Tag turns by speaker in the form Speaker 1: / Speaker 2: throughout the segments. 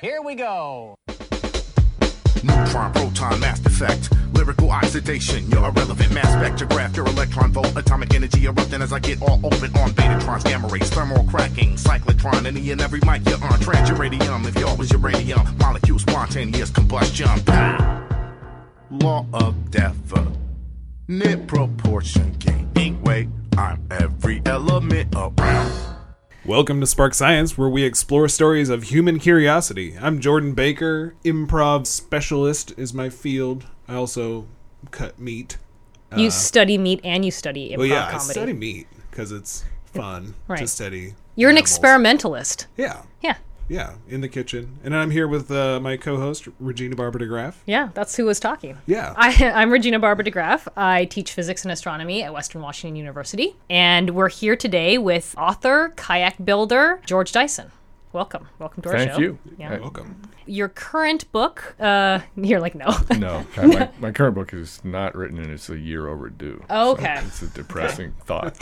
Speaker 1: Here we go.
Speaker 2: Neutron, proton, mass defect. Lyrical oxidation, your irrelevant mass spectrograph, your electron volt, atomic energy erupting as I get all open on betatrons, gamma rays, thermal cracking, cyclotron, any and every mic you're on, trans uranium, if y'all was uranium, molecule spontaneous combustion, pow. Law of definite proportion, gaining weight, I'm every element around.
Speaker 3: Welcome to Spark Science, where we explore stories of human curiosity. I'm Jordan Baker. Improv specialist is my field. I also cut meat.
Speaker 4: You study meat and you study improv
Speaker 3: Well, Uh, Oh, yeah,
Speaker 4: comedy.
Speaker 3: I study meat because it's fun to
Speaker 4: Right.
Speaker 3: study.
Speaker 4: You're an
Speaker 3: animals.
Speaker 4: experimentalist.
Speaker 3: Yeah,
Speaker 4: Yeah.
Speaker 3: yeah, in the kitchen. And I'm here with uh, my co host, Regina Barber DeGraff.
Speaker 4: Yeah, that's who was talking.
Speaker 3: Yeah.
Speaker 4: I, I'm Regina Barber DeGraff. I teach physics and astronomy at Western Washington University. And we're here today with author, kayak builder, George Dyson. Welcome. Welcome to our
Speaker 5: Thank
Speaker 4: show.
Speaker 5: you.
Speaker 4: Yeah.
Speaker 3: Welcome.
Speaker 4: Your current book, uh, you're like, no.
Speaker 5: I- no, I- my, my current book is not written and it's a year overdue. So
Speaker 4: Okay.
Speaker 5: it's a depressing thought.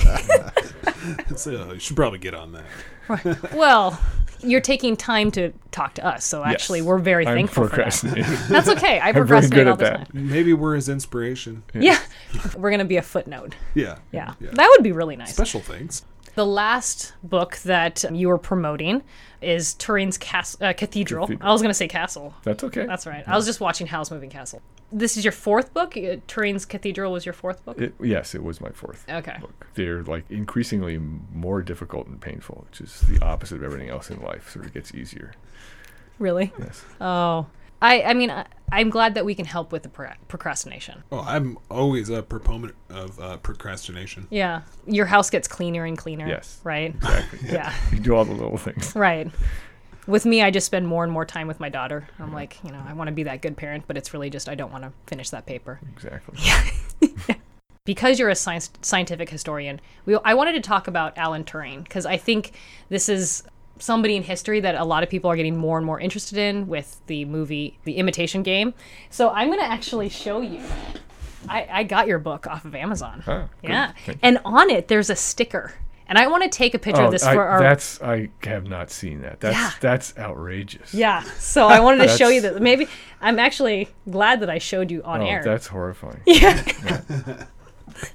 Speaker 3: So uh, you should probably get on that.
Speaker 4: well, you're taking time to talk to us. So actually,
Speaker 5: Yes.
Speaker 4: we're very
Speaker 5: I'm
Speaker 4: thankful for that.
Speaker 5: procrastinating.
Speaker 4: That's okay. I
Speaker 5: I'm very
Speaker 4: procrastinate
Speaker 5: good
Speaker 4: all
Speaker 5: at
Speaker 4: the
Speaker 5: that.
Speaker 4: time.
Speaker 3: Maybe we're his inspiration.
Speaker 4: Yeah. we're going to be a footnote.
Speaker 3: Yeah.
Speaker 4: Yeah. That would be really nice.
Speaker 3: Special thanks.
Speaker 4: The last book that um, you were promoting is Turing's Cas- uh, Cathedral.
Speaker 5: Cathedral.
Speaker 4: I was going to say Castle.
Speaker 5: That's okay.
Speaker 4: That's right. I was just watching Howl's Moving Castle. This is your fourth book? Uh, Turing's Cathedral was your fourth book?
Speaker 5: It, yes, it was my fourth
Speaker 4: Okay.
Speaker 5: book. They're like increasingly more difficult and painful, which is the opposite of everything else in life. So it gets easier.
Speaker 4: Really?
Speaker 5: Yes.
Speaker 4: Oh. I, I mean, I, I'm glad that we can help with the pro- procrastination.
Speaker 3: Oh, I'm always a proponent of uh, procrastination.
Speaker 4: Yeah. Your house gets cleaner and cleaner.
Speaker 5: Yes.
Speaker 4: Right?
Speaker 5: Exactly.
Speaker 4: Yeah.
Speaker 5: You do all the little things.
Speaker 4: Right. With me, I just spend more and more time with my daughter. I'm like, you know, I want to be that good parent, but it's really just I don't want to finish that paper.
Speaker 5: Exactly.
Speaker 4: because you're a science, scientific historian, we, I wanted to talk about Alan Turing because I think this is somebody in history that a lot of people are getting more and more interested in with the movie The Imitation Game. So I'm going to actually show you. I, I got your book off of Amazon.
Speaker 5: Ah, good.
Speaker 4: yeah.
Speaker 5: Thank you.
Speaker 4: And on it, there's a sticker. And I want to take a picture of this
Speaker 5: Oh, I,
Speaker 4: for our.
Speaker 5: that's I have not seen that. That's
Speaker 4: Yeah.
Speaker 5: that's outrageous.
Speaker 4: yeah. So I wanted to show you
Speaker 5: That's-
Speaker 4: that. Maybe I'm actually glad that I showed you on
Speaker 5: Oh,
Speaker 4: air.
Speaker 5: that's horrifying.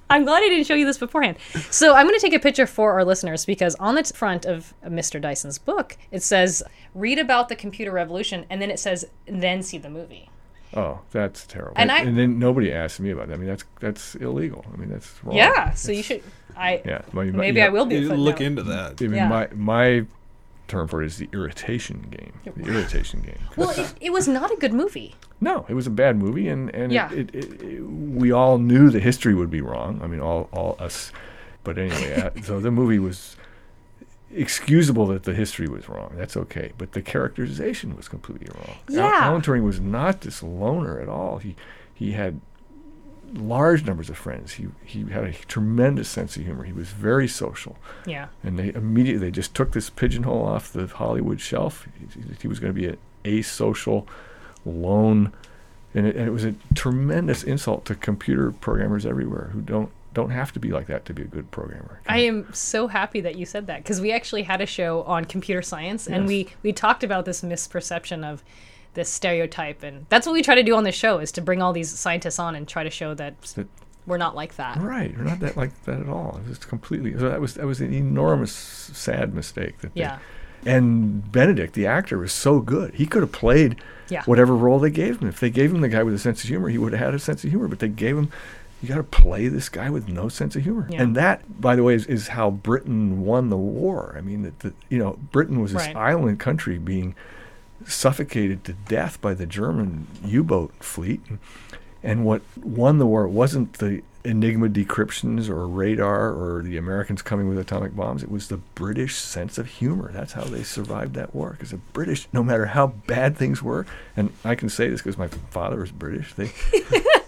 Speaker 4: I'm glad I didn't show you this beforehand. So I'm going to take a picture for our listeners because on the t- front of Mr. Dyson's book, it says, read about the computer revolution, and then it says, then see the movie.
Speaker 5: Oh, that's terrible.
Speaker 4: And
Speaker 5: And,
Speaker 4: I-
Speaker 5: then nobody asked me about that. I mean, that's that's illegal. I mean, that's wrong.
Speaker 4: Yeah. So you should, I,
Speaker 5: Oh. Yeah. Well, you might-
Speaker 4: maybe
Speaker 5: you
Speaker 4: I
Speaker 5: know,
Speaker 4: will be a
Speaker 3: You
Speaker 4: footnote.
Speaker 3: look into that.
Speaker 5: I mean,
Speaker 4: Yeah.
Speaker 5: my my term for it is the irritation game. The irritation game.
Speaker 4: Well, it, it was not a good movie.
Speaker 5: No, it was a bad movie, and and
Speaker 4: Yeah.
Speaker 5: it, it, it, it- we all knew the history would be wrong. I mean, all all us. But anyway, I, so the movie was excusable that the history was wrong. That's okay, but the characterization was completely wrong. Al-
Speaker 4: Yeah.
Speaker 5: Alan Turing was not this loner at all. He he had large numbers of friends. He he had a tremendous sense of humor. He was very social.
Speaker 4: Yeah.
Speaker 5: And they immediately they just took this pigeonhole off the Hollywood shelf. He, he was going to be an asocial, lone, and it, and it was a tremendous insult to computer programmers everywhere who don't don't have to be like that to be a good programmer.
Speaker 4: I am so happy that you said that because we actually had a show on computer science and we we talked about this misperception of this stereotype and that's what we try to do on the show is to bring all these scientists on and try to show that
Speaker 5: That-
Speaker 4: we're not like that.
Speaker 5: right, you're not that like that at all. It was completely. So that was that was an enormous sad mistake that. they-
Speaker 4: Yeah.
Speaker 5: and Benedict, the actor, was so good. He could have played
Speaker 4: Yeah.
Speaker 5: whatever role they gave him. If they gave him the guy with a sense of humor, he would have had a sense of humor. But they gave him, you got to play this guy with no sense of humor.
Speaker 4: Yeah.
Speaker 5: And that, by the way, is, is how Britain won the war. I mean, that the, you know, Britain was this
Speaker 4: Right.
Speaker 5: island country being suffocated to death by the German U-boat fleet. And what won the war wasn't the Enigma decryptions or radar or the Americans coming with atomic bombs. It was the British sense of humor. That's how they survived that war. Because the British, no matter how bad things were, and I can say this because my father was British, they.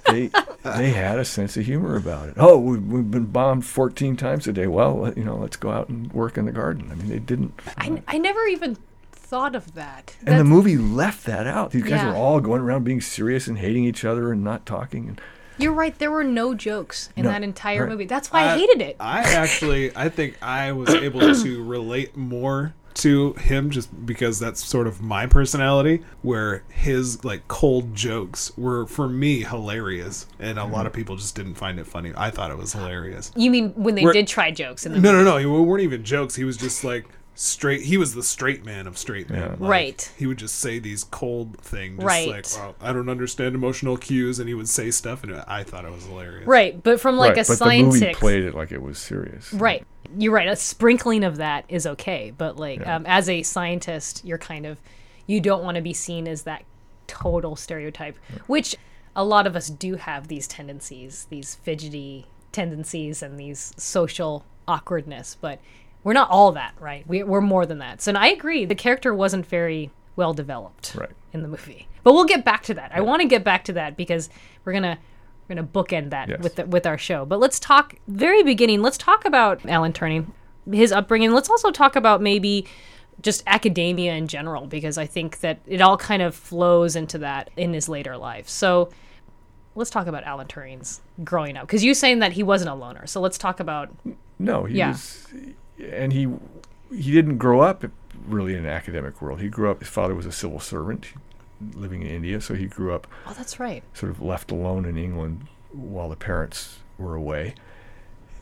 Speaker 5: They, they had a sense of humor about it. Oh, we've, we've been bombed 14 times a day. Well, let- you know, let's go out and work in the garden. I mean, they didn't.
Speaker 4: I, I never even thought of that.
Speaker 5: And the
Speaker 4: That's-
Speaker 5: movie left that out. These guys
Speaker 4: Yeah.
Speaker 5: were all going around being serious and hating each other and not talking. And
Speaker 4: You're right. There were no jokes in
Speaker 5: No,
Speaker 4: that entire
Speaker 5: right.
Speaker 4: movie. That's why I, hated it.
Speaker 3: I actually, I think I was able to relate more to him just because that's sort of my personality where his like cold jokes were for me hilarious and a lot of people just didn't find it funny. I thought it was hilarious.
Speaker 4: You mean when they
Speaker 3: We're-
Speaker 4: did try jokes in the
Speaker 3: No, no, no. It weren't even jokes. He was just like straight. He was the straight man of straight man. Like,
Speaker 4: Right.
Speaker 3: He would just say these cold things.
Speaker 4: Right.
Speaker 3: Like, well, I don't understand emotional cues, and he would say stuff, and I thought it was hilarious.
Speaker 4: Right, but from like
Speaker 5: right,
Speaker 4: a
Speaker 5: but the movie
Speaker 4: scientist.
Speaker 5: played it like it was serious.
Speaker 4: Right. You're right. A sprinkling of that is okay, but like um, as a scientist, you're kind of you don't want to be seen as that total stereotype, which a lot of us do have these tendencies, these fidgety tendencies and these social awkwardness, but we're not all that, right? We, we're more than that. So and I agree, the character wasn't very well developed
Speaker 5: Right.
Speaker 4: in the movie. But we'll get back to that. I want to get back to that because we're gonna we're gonna bookend that
Speaker 5: Yes.
Speaker 4: with the, with our show. But let's talk very beginning. Let's talk about Alan Turing, his upbringing. Let's also talk about maybe just academia in general because I think that it all kind of flows into that in his later life. So let's talk about Alan Turing's growing up because you're saying that he wasn't a loner. So let's talk about
Speaker 5: No, he
Speaker 4: Yeah.
Speaker 5: was, and he he didn't grow up really in an academic world. He grew up. His father was a civil servant living in India, so he grew up
Speaker 4: oh that's right
Speaker 5: sort of left alone in England while the parents were away.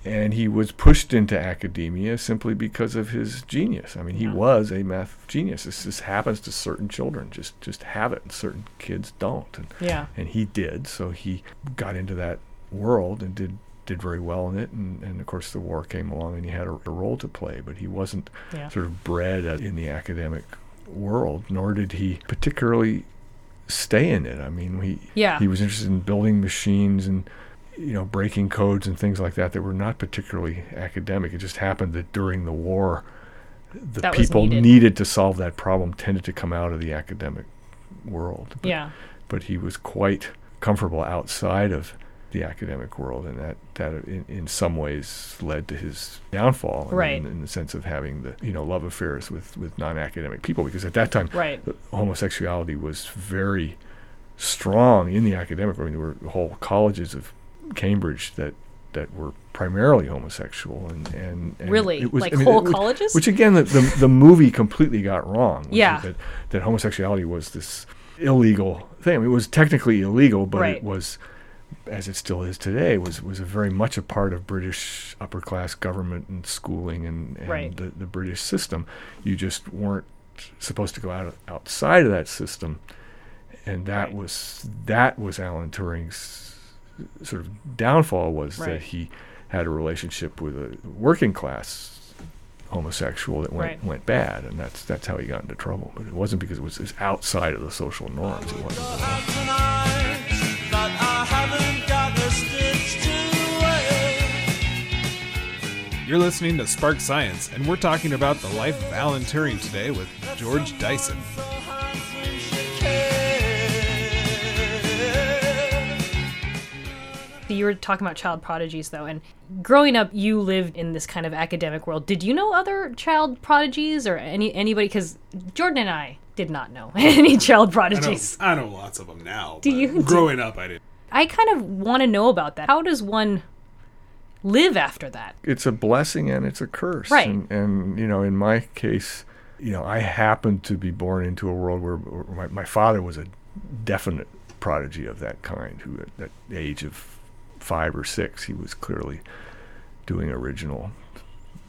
Speaker 5: And he was pushed into academia simply because of his genius. I mean, he was a math genius. This just happens to certain children, just just have it, and certain kids don't. And,
Speaker 4: yeah
Speaker 5: and he did. So he got into that world and did did very well in it. And, and of course, the war came along, and he had a, a role to play. But he wasn't
Speaker 4: Yeah.
Speaker 5: sort of bred at- in the academic world, nor did he particularly stay in it. I mean, he
Speaker 4: Yeah.
Speaker 5: he was interested in building machines and you know breaking codes and things like that that were not particularly academic. It just happened that during the war. The
Speaker 4: That was
Speaker 5: people
Speaker 4: needed.
Speaker 5: needed to solve that problem tended to come out of the academic world. But
Speaker 4: yeah
Speaker 5: but he was quite comfortable outside of the academic world, and that that in, in some ways led to his downfall. in-
Speaker 4: Right.
Speaker 5: In, the sense of having the you know love affairs with with non-academic people, because at that time
Speaker 4: Right.
Speaker 5: the homosexuality was very strong in the academic world. I mean, there were whole colleges of Cambridge that that were primarily homosexual and and, and
Speaker 4: Really?
Speaker 5: it was,
Speaker 4: Like
Speaker 5: I mean,
Speaker 4: whole
Speaker 5: it was-
Speaker 4: colleges?
Speaker 5: which again the, the, the movie completely got wrong which is
Speaker 4: Yeah.
Speaker 5: that, that homosexuality was this illegal thing I mean, it was technically illegal but
Speaker 4: Right.
Speaker 5: it was as it still is today was was very much a part of british upper class government and schooling and, and
Speaker 4: Right.
Speaker 5: the, the british system you just weren't supposed to go out outside of that system and that
Speaker 4: Right.
Speaker 5: was that was alan turing's sort of downfall was
Speaker 4: Right.
Speaker 5: that he had a relationship with a working class homosexual that went
Speaker 4: Right.
Speaker 5: went bad, and that's that's how he got into trouble. But it wasn't because it was, it was outside of the social norms. It wasn't.
Speaker 1: have tonight that I haven't got a stitch to wear.
Speaker 3: You're listening to Spark Science, and we're talking about the life of Alan Turing today with George Dyson.
Speaker 1: So hard we should care.
Speaker 4: you were talking about child prodigies though and growing up you lived in this kind of academic world did you know other child prodigies or any anybody because jordan and i did not know any child
Speaker 3: I know,
Speaker 4: prodigies
Speaker 3: I know lots of them now. but
Speaker 4: you?
Speaker 3: Growing up, I didn't.
Speaker 4: i, kind of want to know about that how does one live after that
Speaker 5: It's a blessing and it's a curse.
Speaker 4: Right.
Speaker 5: And, and you know, in my case, you know, I happened to be born into a world where, where my, my father was a definite prodigy of that kind. Who at that age of five or six, he was clearly doing original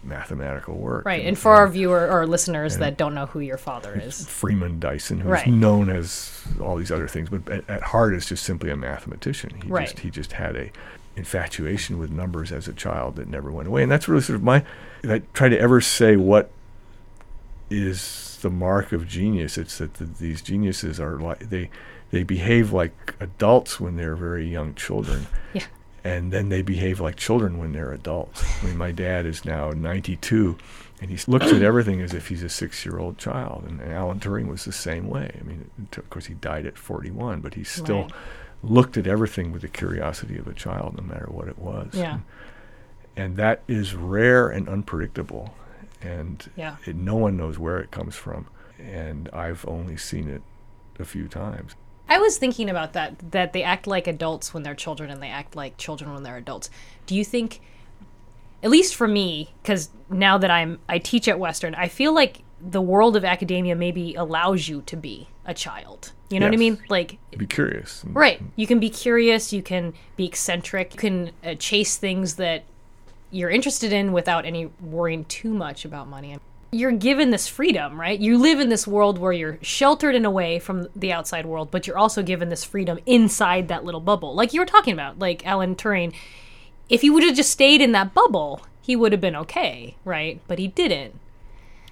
Speaker 5: mathematical work.
Speaker 4: right and for our viewer or listeners that don't know who your father is
Speaker 5: Freeman Dyson, who's
Speaker 4: Right.
Speaker 5: known as all these other things, but at, at heart is just simply a mathematician. He
Speaker 4: Right.
Speaker 5: just he just had a infatuation with numbers as a child that never went away, and that's really sort of my. If I try to ever say what is the mark of genius, it's that th these geniuses are like they they behave like adults when they're very young children
Speaker 4: yeah
Speaker 5: and then they behave like children when they're adults. I mean, my dad is now 92, and he looks at everything as if he's a six-year-old child. And, and Alan Turing was the same way. I mean, it took- of course, he died at 41, but he still
Speaker 4: Right.
Speaker 5: looked at everything with the curiosity of a child, no matter what it was.
Speaker 4: yeah
Speaker 5: And that is rare and unpredictable, and
Speaker 4: Yeah.
Speaker 5: it, no one knows where it comes from. And I've only seen it a few times.
Speaker 4: I was thinking about that that they act like adults when they're children and they act like children when they're adults. Do you think at least for me cuz now that I'm I teach at Western, I feel like the world of academia maybe allows you to be a child. You know what I
Speaker 5: Yes.
Speaker 4: mean? Like
Speaker 5: Be curious. and
Speaker 4: Right. You can be curious. You can be eccentric. You can uh, chase things that you're interested in without any worrying too much about money. You're given this freedom, right? You live in this world where you're sheltered in a way from the outside world, but you're also given this freedom inside that little bubble. Like you were talking about, like Alan Turing, if he would have just stayed in that bubble, he would have been okay, right? But he didn't.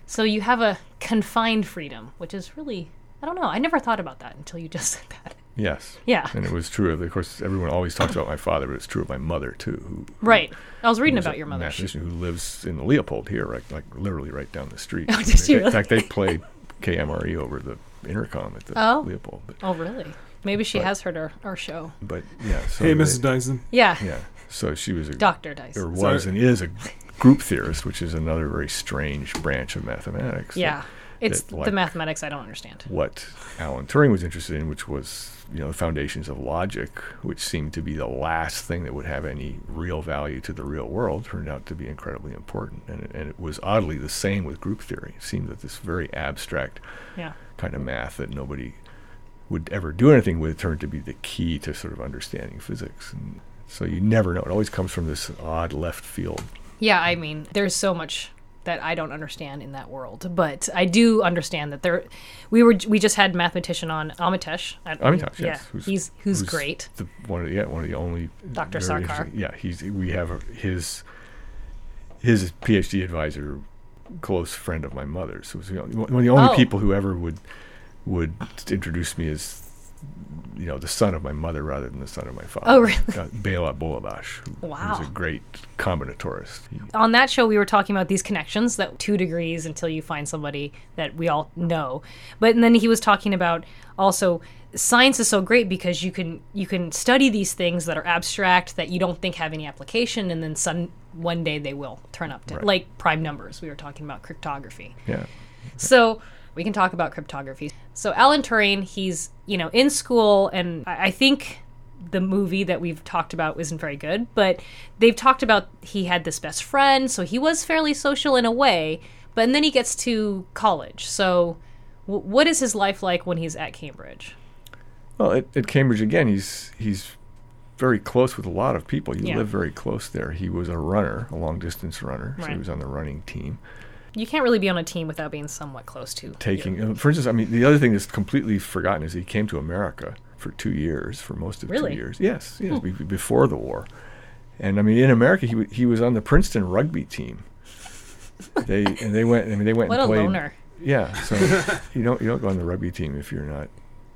Speaker 4: So you have a confined freedom, which is really, I don't know. I never thought about that until you just said that.
Speaker 5: Yes.
Speaker 4: Yeah.
Speaker 5: And it was true of, of course, everyone always talks about my father, but it's true of my mother too. Who,
Speaker 4: Right. I was reading
Speaker 5: who's
Speaker 4: about
Speaker 5: a
Speaker 4: your mother. She-
Speaker 5: mathematician who lives in Leopold here, right, like literally right down the street.
Speaker 4: Oh, did she
Speaker 5: In
Speaker 4: really?
Speaker 5: fact, they play KMRE E over the intercom at the
Speaker 4: Oh.
Speaker 5: Leopold. But,
Speaker 4: oh, really? Maybe she has heard our, our show.
Speaker 5: but yeah. So
Speaker 3: Hey,
Speaker 5: they-
Speaker 3: Mrs. Dyson.
Speaker 4: Yeah.
Speaker 5: Yeah. So she was a
Speaker 4: Dr. Dice.
Speaker 5: or was
Speaker 3: Sorry.
Speaker 5: and is a group theorist, which is another very strange branch of mathematics. that-
Speaker 4: yeah. It's
Speaker 5: that,
Speaker 4: the
Speaker 5: like,
Speaker 4: mathematics I don't understand.
Speaker 5: What Alan Turing was interested in, which was you know the foundations of logic, which seemed to be the last thing that would have any real value to the real world, turned out to be incredibly important, and it, and it was oddly the same with group theory. It seemed that this very abstract
Speaker 4: Yeah.
Speaker 5: kind of math that nobody would ever do anything with turned to be the key to sort of understanding physics. And so you never know. It always comes from this odd left field.
Speaker 4: Yeah, I mean, there's so much that I don't understand in that world, but I do understand that there we were we just had mathematician on Amitesh. I-
Speaker 5: Amitav, yes.
Speaker 4: Yeah. he's who's, great.
Speaker 5: The, one of the, yeah, one of the only
Speaker 4: Dr. Sarkar.
Speaker 5: very interesting- Yeah, he's we have a, his his PhD advisor, close friend of my mother's, who was the only, one of the only
Speaker 4: Oh.
Speaker 5: people who ever would would introduce me as you know the son of my mother rather than the son of my father.
Speaker 4: Oh, really?
Speaker 5: Uh, Bela Bolabash, who
Speaker 4: Wow.
Speaker 5: was a great combinatorist. He-
Speaker 4: on that show we were talking about these connections that two degrees until you find somebody that we all know but and then he was talking about also science is so great because you can you can study these things that are abstract that you don't think have any application and then some one day they will turn up to
Speaker 5: Right.
Speaker 4: like prime numbers we were talking about cryptography
Speaker 5: yeah,
Speaker 4: so we can talk about cryptography. So Alan Turing, he's you know in school, and I I think the movie that we've talked about isn't very good, but they've talked about he had this best friend, so he was fairly social in a way. But and then he gets to college. So w- what is his life like when he's at Cambridge?
Speaker 5: Well, at, at Cambridge again, he's he's very close with a lot of people. You
Speaker 4: Yeah.
Speaker 5: live very close there. He was a runner, a long distance runner, so
Speaker 4: Right.
Speaker 5: he was on the running team.
Speaker 4: You can't really be on a team without being somewhat close to
Speaker 5: Taking, uh, for instance, I mean, the other thing that's completely forgotten is he came to America for two years, for most of
Speaker 4: Really? Hmm.
Speaker 5: two years. Yes, yes, be- be- before the war. And I mean, in America, he w- he was on the Princeton rugby team. They and they went. I mean, they went
Speaker 4: What
Speaker 5: and
Speaker 4: a
Speaker 5: played.
Speaker 4: loner,
Speaker 5: Yeah, so you don't you don't go on the rugby team if you're not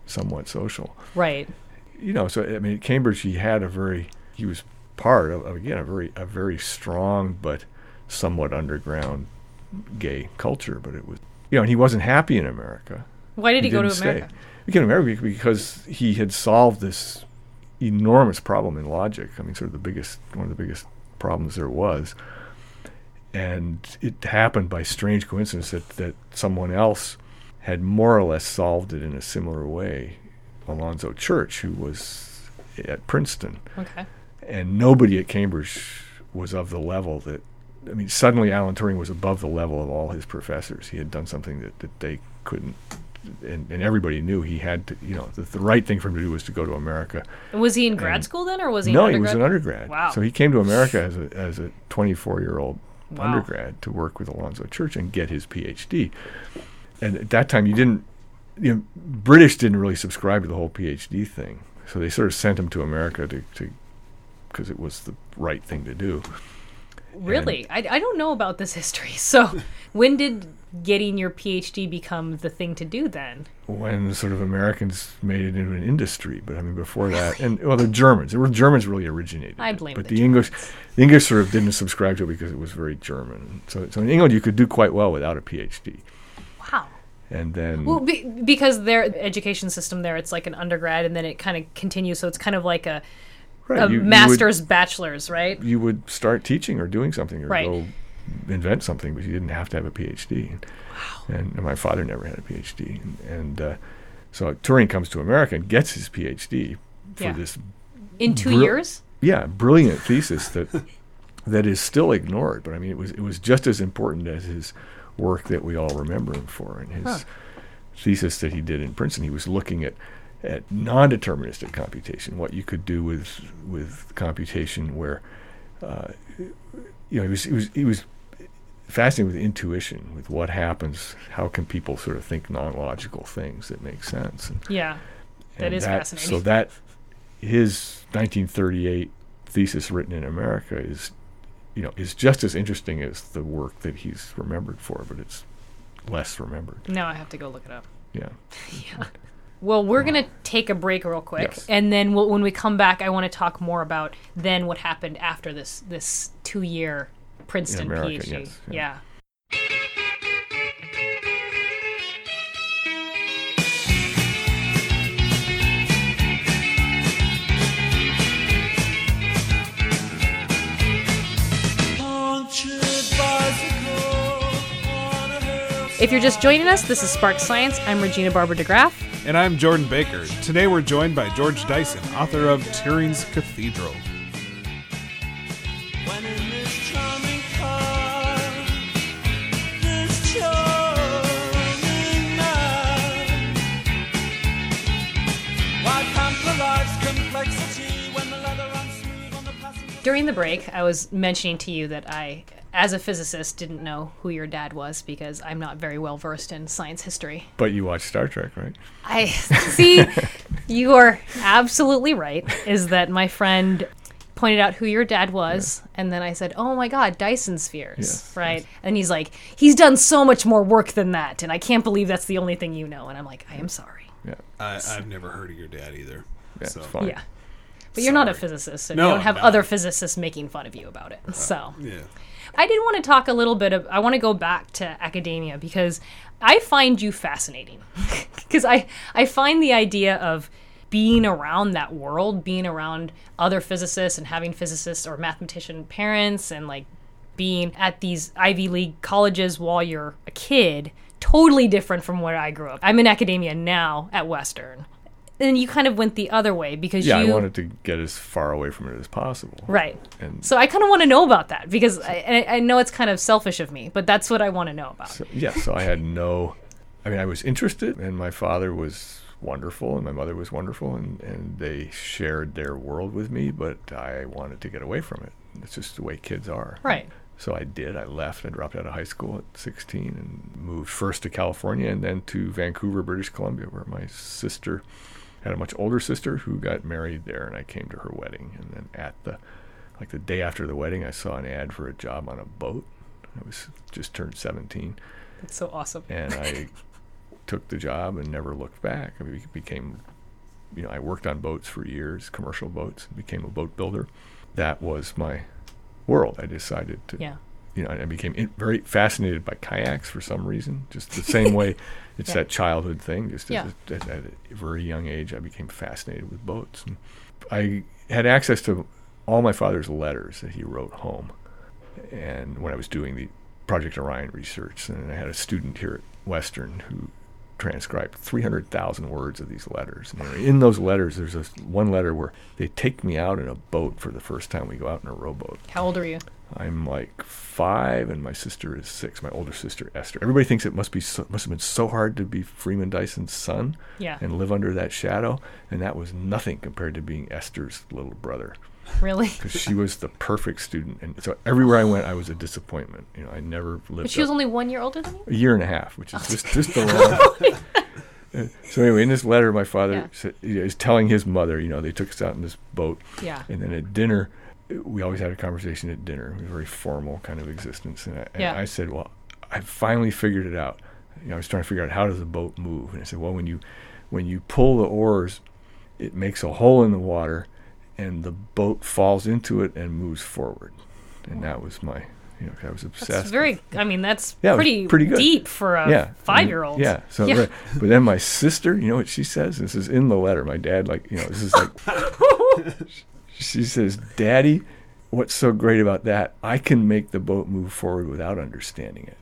Speaker 5: somewhat social.
Speaker 4: right?
Speaker 5: you know, so I mean, at Cambridge, he had a very, he was part of, of, again a very, a very strong but somewhat underground gay culture. But it was, you know, and he wasn't happy in America.
Speaker 4: Why did he, go to
Speaker 5: didn't stay.
Speaker 4: America?
Speaker 5: He came to America because he had solved this enormous problem in logic. I mean, sort of the biggest, one of the biggest problems there was. And it happened by strange coincidence that, that someone else had more or less solved it in a similar way. Alonzo Church, who was at Princeton,
Speaker 4: Okay,
Speaker 5: and nobody at Cambridge was of the level that I mean suddenly Alan Turing was above the level of all his professors. He had done something that, that they couldn't and, and everybody knew he had to you know the, the right thing for him to do was to go to America.
Speaker 4: was he in grad school then, or was he?
Speaker 5: no,
Speaker 4: an
Speaker 5: he was
Speaker 4: undergrad?
Speaker 5: an undergrad.
Speaker 4: Wow.
Speaker 5: So he came to America as a as a 24-year-old
Speaker 4: Wow.
Speaker 5: undergrad to work with Alonzo Church and get his PhD. And at that time you didn't you know, British didn't really subscribe to the whole PhD thing. So they sort of sent him to America to to because it was the right thing to do.
Speaker 4: Really? I, I don't know about this history. So, when did getting your PhD become the thing to do then?
Speaker 5: when sort of Americans made it into an industry. But I mean, before that, and well, the Germans. There were Germans really originated.
Speaker 4: I
Speaker 5: it,
Speaker 4: blame
Speaker 5: But
Speaker 4: the
Speaker 5: the, English, the English sort of didn't subscribe to it because it was very German. So, so in England, you could do quite well without a PhD.
Speaker 4: Wow.
Speaker 5: And then,
Speaker 4: Well, be, because their education system there, it's like an undergrad and then it kind of continues. So, it's kind of like a,
Speaker 5: right,
Speaker 4: a
Speaker 5: you- you would-
Speaker 4: master's, bachelor's, right?
Speaker 5: you would start teaching or doing something or
Speaker 4: Right.
Speaker 5: go invent something, but you didn't have to have a PhD. Wow. And, and my father never had a PhD. And, and uh, so Turing comes to America and gets his PhD for
Speaker 4: Yeah.
Speaker 5: this
Speaker 4: In two
Speaker 5: Bru-
Speaker 4: years?
Speaker 5: yeah, brilliant thesis that that is still ignored. But I mean, it was it was just as important as his work that we all remember him for. And his thesis that he did in Princeton, he was looking at at non-deterministic computation, what you could do with with computation where uh, you know, he was he was he was fascinated with intuition, with what happens, how can people sort of think non-logical things that make sense. And,
Speaker 4: Yeah. That
Speaker 5: and
Speaker 4: is
Speaker 5: So
Speaker 4: fascinating.
Speaker 5: that his 1938 thesis written in America is, you know, is just as interesting as the work that he's remembered for, but it's less remembered.
Speaker 4: Now I have to go look it up.
Speaker 5: Yeah.
Speaker 4: Well, we're going to take a break real quick,
Speaker 5: Yes.
Speaker 4: and then we'll, when we come back, I want to talk more about then what happened after this this two year Princeton
Speaker 5: America,
Speaker 4: PhD.
Speaker 5: yes,
Speaker 4: yeah.
Speaker 5: yeah.
Speaker 1: Haunted bicycle on a hill.
Speaker 4: If you're just joining us, this is Spark Science. I'm Regina Barber DeGraff.
Speaker 3: And I'm Jordan Baker. Today we're joined by George Dyson, author of Turing's Cathedral.
Speaker 1: When in this charming car, this charming man, why pamper life's complexity when the leather runs smooth on the passenger?
Speaker 4: During the break, I was mentioning to you that I, as a physicist, didn't know who your dad was because I'm not very well versed in science history.
Speaker 5: But you watch Star Trek, right?
Speaker 4: I see. you are absolutely right. Is that my friend pointed out who your dad was, and then I said, "Oh my God, Dyson spheres,
Speaker 5: Yes,
Speaker 4: right?" And he's like, "He's done so much more work than that, and I can't believe that's the only thing you know." And I'm like, "I am sorry."
Speaker 5: Yeah.
Speaker 3: I, I've never heard of your dad either.
Speaker 5: Yeah,
Speaker 3: so,
Speaker 5: it's fine.
Speaker 4: Yeah. But you're not a
Speaker 3: Sorry.
Speaker 4: physicist, so
Speaker 3: No,
Speaker 4: you don't
Speaker 3: I'm
Speaker 4: have
Speaker 3: not. Uh,
Speaker 4: other physicists making fun of you about it. So
Speaker 3: Yeah.
Speaker 4: I did want to talk a little bit of. I want to go back to academia because I find you fascinating. Because I I find the idea of being around that world, being around other physicists and having physicists or mathematician parents and like being at these Ivy League colleges while you're a kid, totally different from where I grew up. I'm in academia now at Western. And you kind of went the other way because
Speaker 5: Yeah,
Speaker 4: you
Speaker 5: I wanted to get as far away from it as possible.
Speaker 4: Right.
Speaker 5: And-
Speaker 4: so I kind of want to know about that because I, and I I know it's kind of selfish of me, but that's what I want to know about.
Speaker 5: So, yeah, so I had no. I mean, I was interested, and my father was wonderful, and my mother was wonderful, and, and they shared their world with me, but I wanted to get away from it. It's just the way kids are.
Speaker 4: Right.
Speaker 5: So I did. I left. I dropped out of high school at 16 and moved first to California and then to Vancouver, British Columbia, where my sister had a much older sister who got married there, and I came to her wedding. And then at the like the day after the wedding, I saw an ad for a job on a boat. I was just turned 17
Speaker 4: It's so awesome.
Speaker 5: and I took the job and never looked back. I be- became, you know, I worked on boats for years, commercial boats, and became a boat builder. That was my world. I decided to,
Speaker 4: Yeah.
Speaker 5: you know, I became in, very fascinated by kayaks for some reason. Just the same way, it's
Speaker 4: Yeah.
Speaker 5: that childhood thing. Just
Speaker 4: Yeah.
Speaker 5: at, at, at a very young age, I became fascinated with boats. And I had access to all my father's letters that he wrote home and when I was doing the Project Orion research, and I had a student here at Western who transcribed 300,000 words of these letters. And anyway, in those letters, there's this one letter where they take me out in a boat for the first time we go out in a rowboat.
Speaker 4: How old are you?
Speaker 5: I'm like five, and my sister is six. My older sister Esther. Everybody thinks it must be so, must have been so hard to be Freeman Dyson's son,
Speaker 4: Yeah.
Speaker 5: and live under that shadow. And that was nothing compared to being Esther's little brother
Speaker 4: Really?
Speaker 5: because she was the perfect student, and so everywhere I went, I was a disappointment. You know, I never lived.
Speaker 4: But she was
Speaker 5: up-
Speaker 4: only one year older than you?
Speaker 5: a year and a half, which
Speaker 4: Oh,
Speaker 5: is just just the wrong. Uh, so anyway, in this letter, my father
Speaker 4: Yeah.
Speaker 5: said, you know, is telling his mother, you know, they took us out in this boat,
Speaker 4: Yeah.
Speaker 5: and then at dinner, uh, we always had a conversation at dinner, a very formal kind of existence, and I, and
Speaker 4: Yeah.
Speaker 5: I said, well, I finally figured it out. You know, I was trying to figure out how does the boat move, and I said, well, when you when you pull the oars, it makes a hole in the water, and the boat falls into it and moves forward, and that was my, you know, I was obsessed.
Speaker 4: That's
Speaker 5: with-
Speaker 4: very, I mean, that's
Speaker 5: Yeah, it was
Speaker 4: pretty,
Speaker 5: pretty good.
Speaker 4: deep for a
Speaker 5: yeah,
Speaker 4: five year old.
Speaker 5: Yeah. So, right. but then my sister, you know what she says? This is in the letter. My dad, like, you know, this is like, she says, "Daddy, what's so great about that? I can make the boat move forward without understanding it."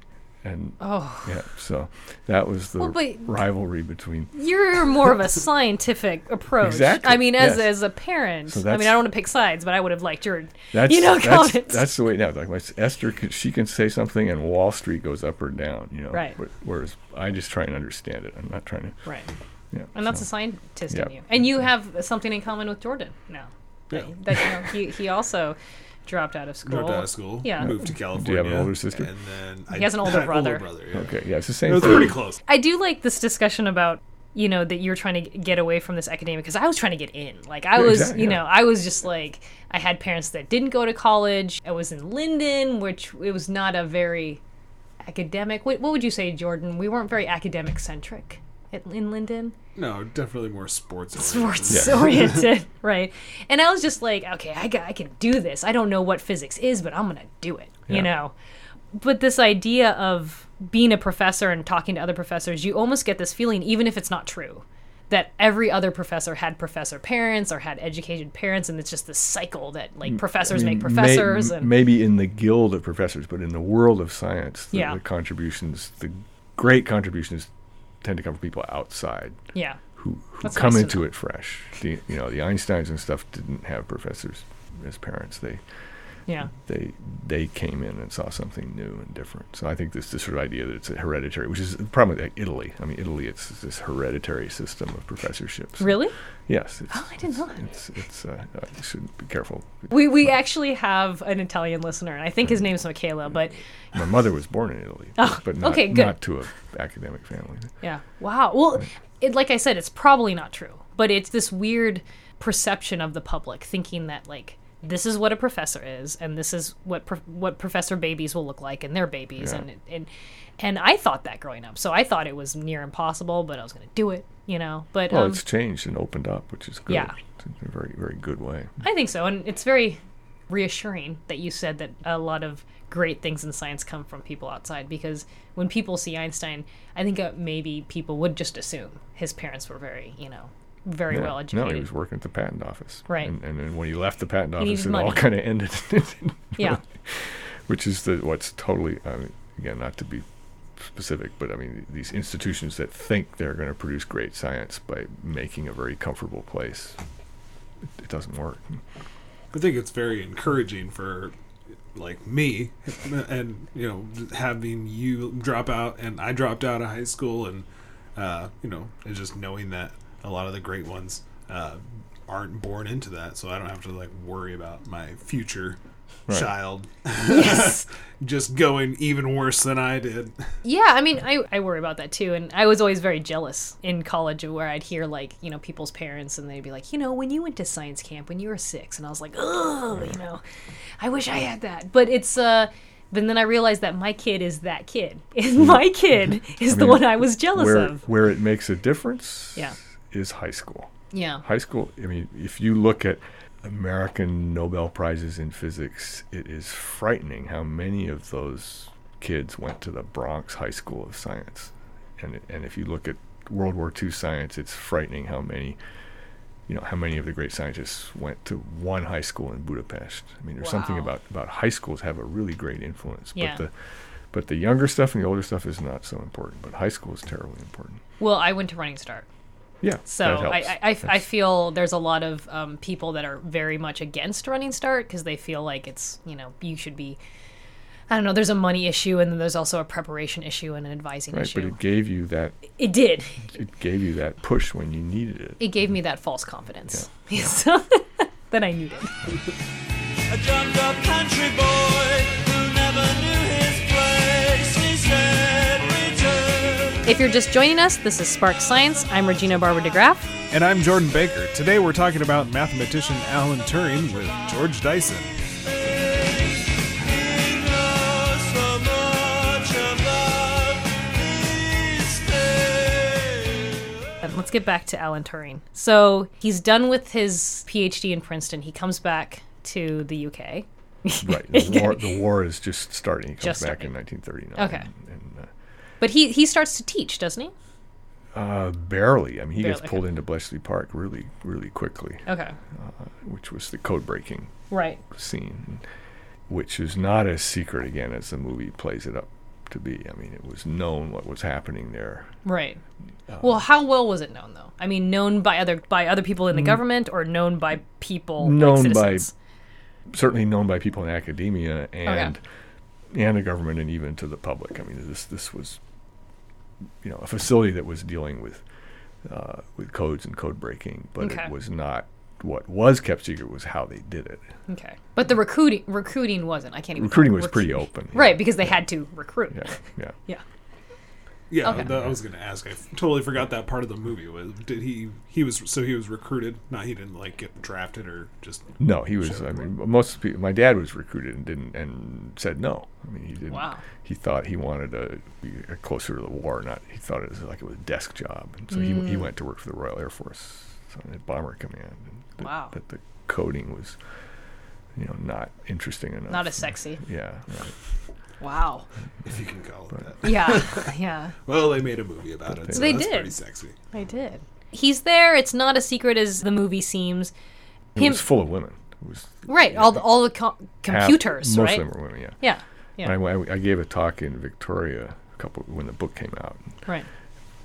Speaker 5: and yeah, so that was the
Speaker 4: Oh. Well, but-
Speaker 5: rivalry between.
Speaker 4: You're more of a scientific approach.
Speaker 5: Exactly,
Speaker 4: I mean, as
Speaker 5: yes.
Speaker 4: as a parent,
Speaker 5: So
Speaker 4: I
Speaker 5: that's-
Speaker 4: mean, I don't want to pick sides, but I would have liked your,
Speaker 5: That's
Speaker 4: you know,
Speaker 5: that's,
Speaker 4: comments.
Speaker 5: that's the way now. Like my s- Esther, could, she can say something, and Wall Street goes up or down. You know,
Speaker 4: Right.
Speaker 5: But, whereas I just try and understand it. I'm not trying to.
Speaker 4: right,
Speaker 5: Yeah,
Speaker 4: and that's
Speaker 5: so.
Speaker 4: a scientist
Speaker 5: Yep.
Speaker 4: in you, and you have something in common with Jordan now.
Speaker 3: Yeah.
Speaker 4: That you know, he he also dropped out of school.
Speaker 3: Dropped out of school.
Speaker 4: Yeah.
Speaker 3: Moved to
Speaker 5: Do you
Speaker 3: California.
Speaker 5: have an older sister?
Speaker 3: And then
Speaker 4: He has an older brother.
Speaker 3: yeah.
Speaker 5: okay. Yeah, it's the
Speaker 3: It
Speaker 5: same.
Speaker 3: was
Speaker 5: thing.
Speaker 3: pretty close.
Speaker 4: I do like this discussion about you know that you're trying to g- get away from this academic because I was trying to get in. Like I
Speaker 5: Yeah,
Speaker 4: was,
Speaker 5: exactly,
Speaker 4: you
Speaker 5: yeah.
Speaker 4: know, I was just like I had parents that didn't go to college. I was in Linden, which it was not a very academic. What, what would you say, Jordan? We weren't very academic centric at, in Linden
Speaker 3: No, definitely more sports.
Speaker 4: sports oriented, right? And I was just like, okay, I, got, I can do this. I don't know what physics is, but I'm gonna do it.
Speaker 5: Yeah.
Speaker 4: You know, but this idea of being a professor and talking to other professors, you almost get this feeling, even if it's not true, that every other professor had professor parents or had educated parents, and it's just this cycle that like professors
Speaker 5: Mm, I mean,
Speaker 4: make
Speaker 5: may-
Speaker 4: professors,
Speaker 5: m-
Speaker 4: and
Speaker 5: maybe in the guild of professors, but in the world of science, the,
Speaker 4: Yeah.
Speaker 5: the contributions, the great contributions, tend to come from people outside
Speaker 4: yeah,
Speaker 5: who, who
Speaker 4: That's
Speaker 5: come
Speaker 4: nice to
Speaker 5: into
Speaker 4: know.
Speaker 5: it fresh. The, you know, the Einsteins and stuff didn't have professors as parents. They
Speaker 4: yeah,
Speaker 5: they they came in and saw something new and different. So I think this this sort of idea that it's a hereditary, which is the problem with Italy. I mean, Italy it's this hereditary system of professorships.
Speaker 4: really.
Speaker 5: Yes. It's,
Speaker 4: Oh, I didn't know that.
Speaker 5: It's it's uh, uh, you should be careful.
Speaker 4: We, we actually have an Italian listener, and I think his name's Michaela, but
Speaker 5: My mother was born in Italy,
Speaker 4: Oh,
Speaker 5: but not,
Speaker 4: okay, good.
Speaker 5: not to an academic family.
Speaker 4: Yeah. Wow. Well, it, like I said, it's probably not true, but it's this weird perception of the public thinking that like this is what a professor is, and this is what pro- what professor babies will look like and their babies,
Speaker 5: Yeah.
Speaker 4: and and and I thought that growing up, so I thought it was near impossible, but I was going to do it, you know. But
Speaker 5: Well,
Speaker 4: um,
Speaker 5: it's changed and opened up, which is good.
Speaker 4: Yeah.
Speaker 5: It's in a very very good way.
Speaker 4: I think so, and it's very reassuring that you said that a lot of great things in science come from people outside because when people see Einstein, I think uh, maybe people would just assume his parents were very, you know, very
Speaker 5: Yeah.
Speaker 4: well educated.
Speaker 5: No, he was working at the patent office.
Speaker 4: Right.
Speaker 5: And, and then when he left the patent
Speaker 4: he
Speaker 5: office, it
Speaker 4: needed
Speaker 5: all
Speaker 4: money.
Speaker 5: kind of ended.
Speaker 4: Yeah.
Speaker 5: Which is the what's totally I mean, again not to be specific, but I mean these institutions that think they're going to produce great science by making a very comfortable place, it, it doesn't work.
Speaker 3: I think it's very encouraging for like me and you know having you drop out and I dropped out of high school and uh, you know and just knowing that a lot of the great ones uh, aren't born into that so I don't have to like worry about my future
Speaker 5: Right.
Speaker 3: child
Speaker 4: yes.
Speaker 3: just going even worse than I did
Speaker 4: Yeah, I mean, I, I worry about that too. And I was always very jealous in college of where I'd hear, like, you know, people's parents and they'd be like, you know, when you went to science camp when you were six. And I was like, oh, you know, I wish I had that. But it's, uh, but then I realized that my kid is that kid. And my kid is the
Speaker 5: mean,
Speaker 4: one I was jealous
Speaker 5: Where
Speaker 4: of.
Speaker 5: where it makes a difference
Speaker 4: Yeah.
Speaker 5: is high school.
Speaker 4: Yeah.
Speaker 5: high school i mean if you look at american nobel prizes in physics it is frightening how many of those kids went to the bronx high school of science and and if you look at world war ii science it's frightening how many you know how many of the great scientists went to one high school in budapest i mean there's something
Speaker 4: Wow.
Speaker 5: about about high schools have a really great influence
Speaker 4: Yeah.
Speaker 5: but the but the younger stuff and the older stuff is not so important but high school is terribly important
Speaker 4: Well, I went to Running Start.
Speaker 5: yeah
Speaker 4: So
Speaker 5: that
Speaker 4: I,
Speaker 5: helps.
Speaker 4: I- I, f- I
Speaker 5: That's-
Speaker 4: feel there's a lot of um, people that are very much against Running Start because they feel like it's, you know, you should be. I don't know. There's a money issue, and then there's also a preparation issue and an advising
Speaker 5: right but
Speaker 4: issue.
Speaker 5: it gave you that
Speaker 4: It, did.
Speaker 5: it gave you that push when you needed it.
Speaker 4: It gave me that false confidence. So then I needed.
Speaker 1: A drummed up country boy who never knew his place. He said, Return.
Speaker 4: If you're just joining us, this is Spark Science. I'm Regina Barber DeGraff.
Speaker 3: and I'm Jordan Baker today we're talking about mathematician Alan Turing with George Dyson
Speaker 1: He knows so much about these things.
Speaker 4: And let's get back to Alan Turing. So he's done with his PhD in Princeton. He comes back to the UK.
Speaker 5: Right. The war, the war is just starting. It comes
Speaker 4: Just
Speaker 5: back
Speaker 4: starting.
Speaker 5: in 1939.
Speaker 4: Okay.
Speaker 5: And,
Speaker 4: But he, he starts to teach, doesn't he?
Speaker 5: uh, uh, barely. I mean, he
Speaker 4: Barely,
Speaker 5: gets pulled into Bletchley Park really, really quickly,
Speaker 4: Okay.
Speaker 5: which was the code breaking
Speaker 4: Right.
Speaker 5: scene, which is not as secret again as the movie plays it up to be. I mean, it was known what was happening there.
Speaker 4: Right.
Speaker 5: Um,
Speaker 4: well, how well was it known though? I mean, known by other by other people in the government or known by people like
Speaker 5: Mm. Known by-
Speaker 4: citizens?
Speaker 5: Certainly known by people in academia
Speaker 4: Oh,
Speaker 5: and and the government, and even to the public. I mean, this this was you know a facility that was dealing with uh, with codes and code breaking, but
Speaker 4: Okay.
Speaker 5: it was not. What was kept secret was how they did it.
Speaker 4: Okay. But the recruiting recruiting wasn't. I can't even
Speaker 5: Recruiting
Speaker 4: call it
Speaker 5: was
Speaker 4: recruit-
Speaker 5: pretty open. yeah.
Speaker 4: Right, because they had to recruit.
Speaker 5: Yeah, yeah.
Speaker 4: Yeah.
Speaker 3: Yeah,
Speaker 4: Okay.
Speaker 3: that, I was going to ask. I f- totally forgot that part of the movie. Was did he? He was so he was recruited. Not he didn't like get drafted or just.
Speaker 5: No, he was. I mean, most people. My dad was recruited and didn't, and said no. I mean, he didn't.
Speaker 4: Wow.
Speaker 5: He thought he wanted to be closer to the war. Not he thought it was like it was a desk job, and so he
Speaker 4: Mm.
Speaker 5: he went to work for the Royal Air Force so in the Bomber Command. And that-
Speaker 4: Wow.
Speaker 5: That the coding was, you know, not interesting enough.
Speaker 4: Not as sexy.
Speaker 5: Yeah. right.
Speaker 4: Wow.
Speaker 3: If you can call it that.
Speaker 4: Yeah. yeah.
Speaker 3: Well, they made a movie about it. So
Speaker 4: They
Speaker 3: that's
Speaker 4: did.
Speaker 3: Pretty sexy.
Speaker 4: I did. He's there. It's not as secret as the movie seems.
Speaker 5: It
Speaker 4: Him,
Speaker 5: was full of women. It was
Speaker 4: right? All the, all the co-
Speaker 5: half-
Speaker 4: computers,
Speaker 5: most
Speaker 4: right?
Speaker 5: of them were women. Yeah.
Speaker 4: Yeah, yeah,
Speaker 5: And I, I- I gave a talk in Victoria a couple when the book came out.
Speaker 4: right.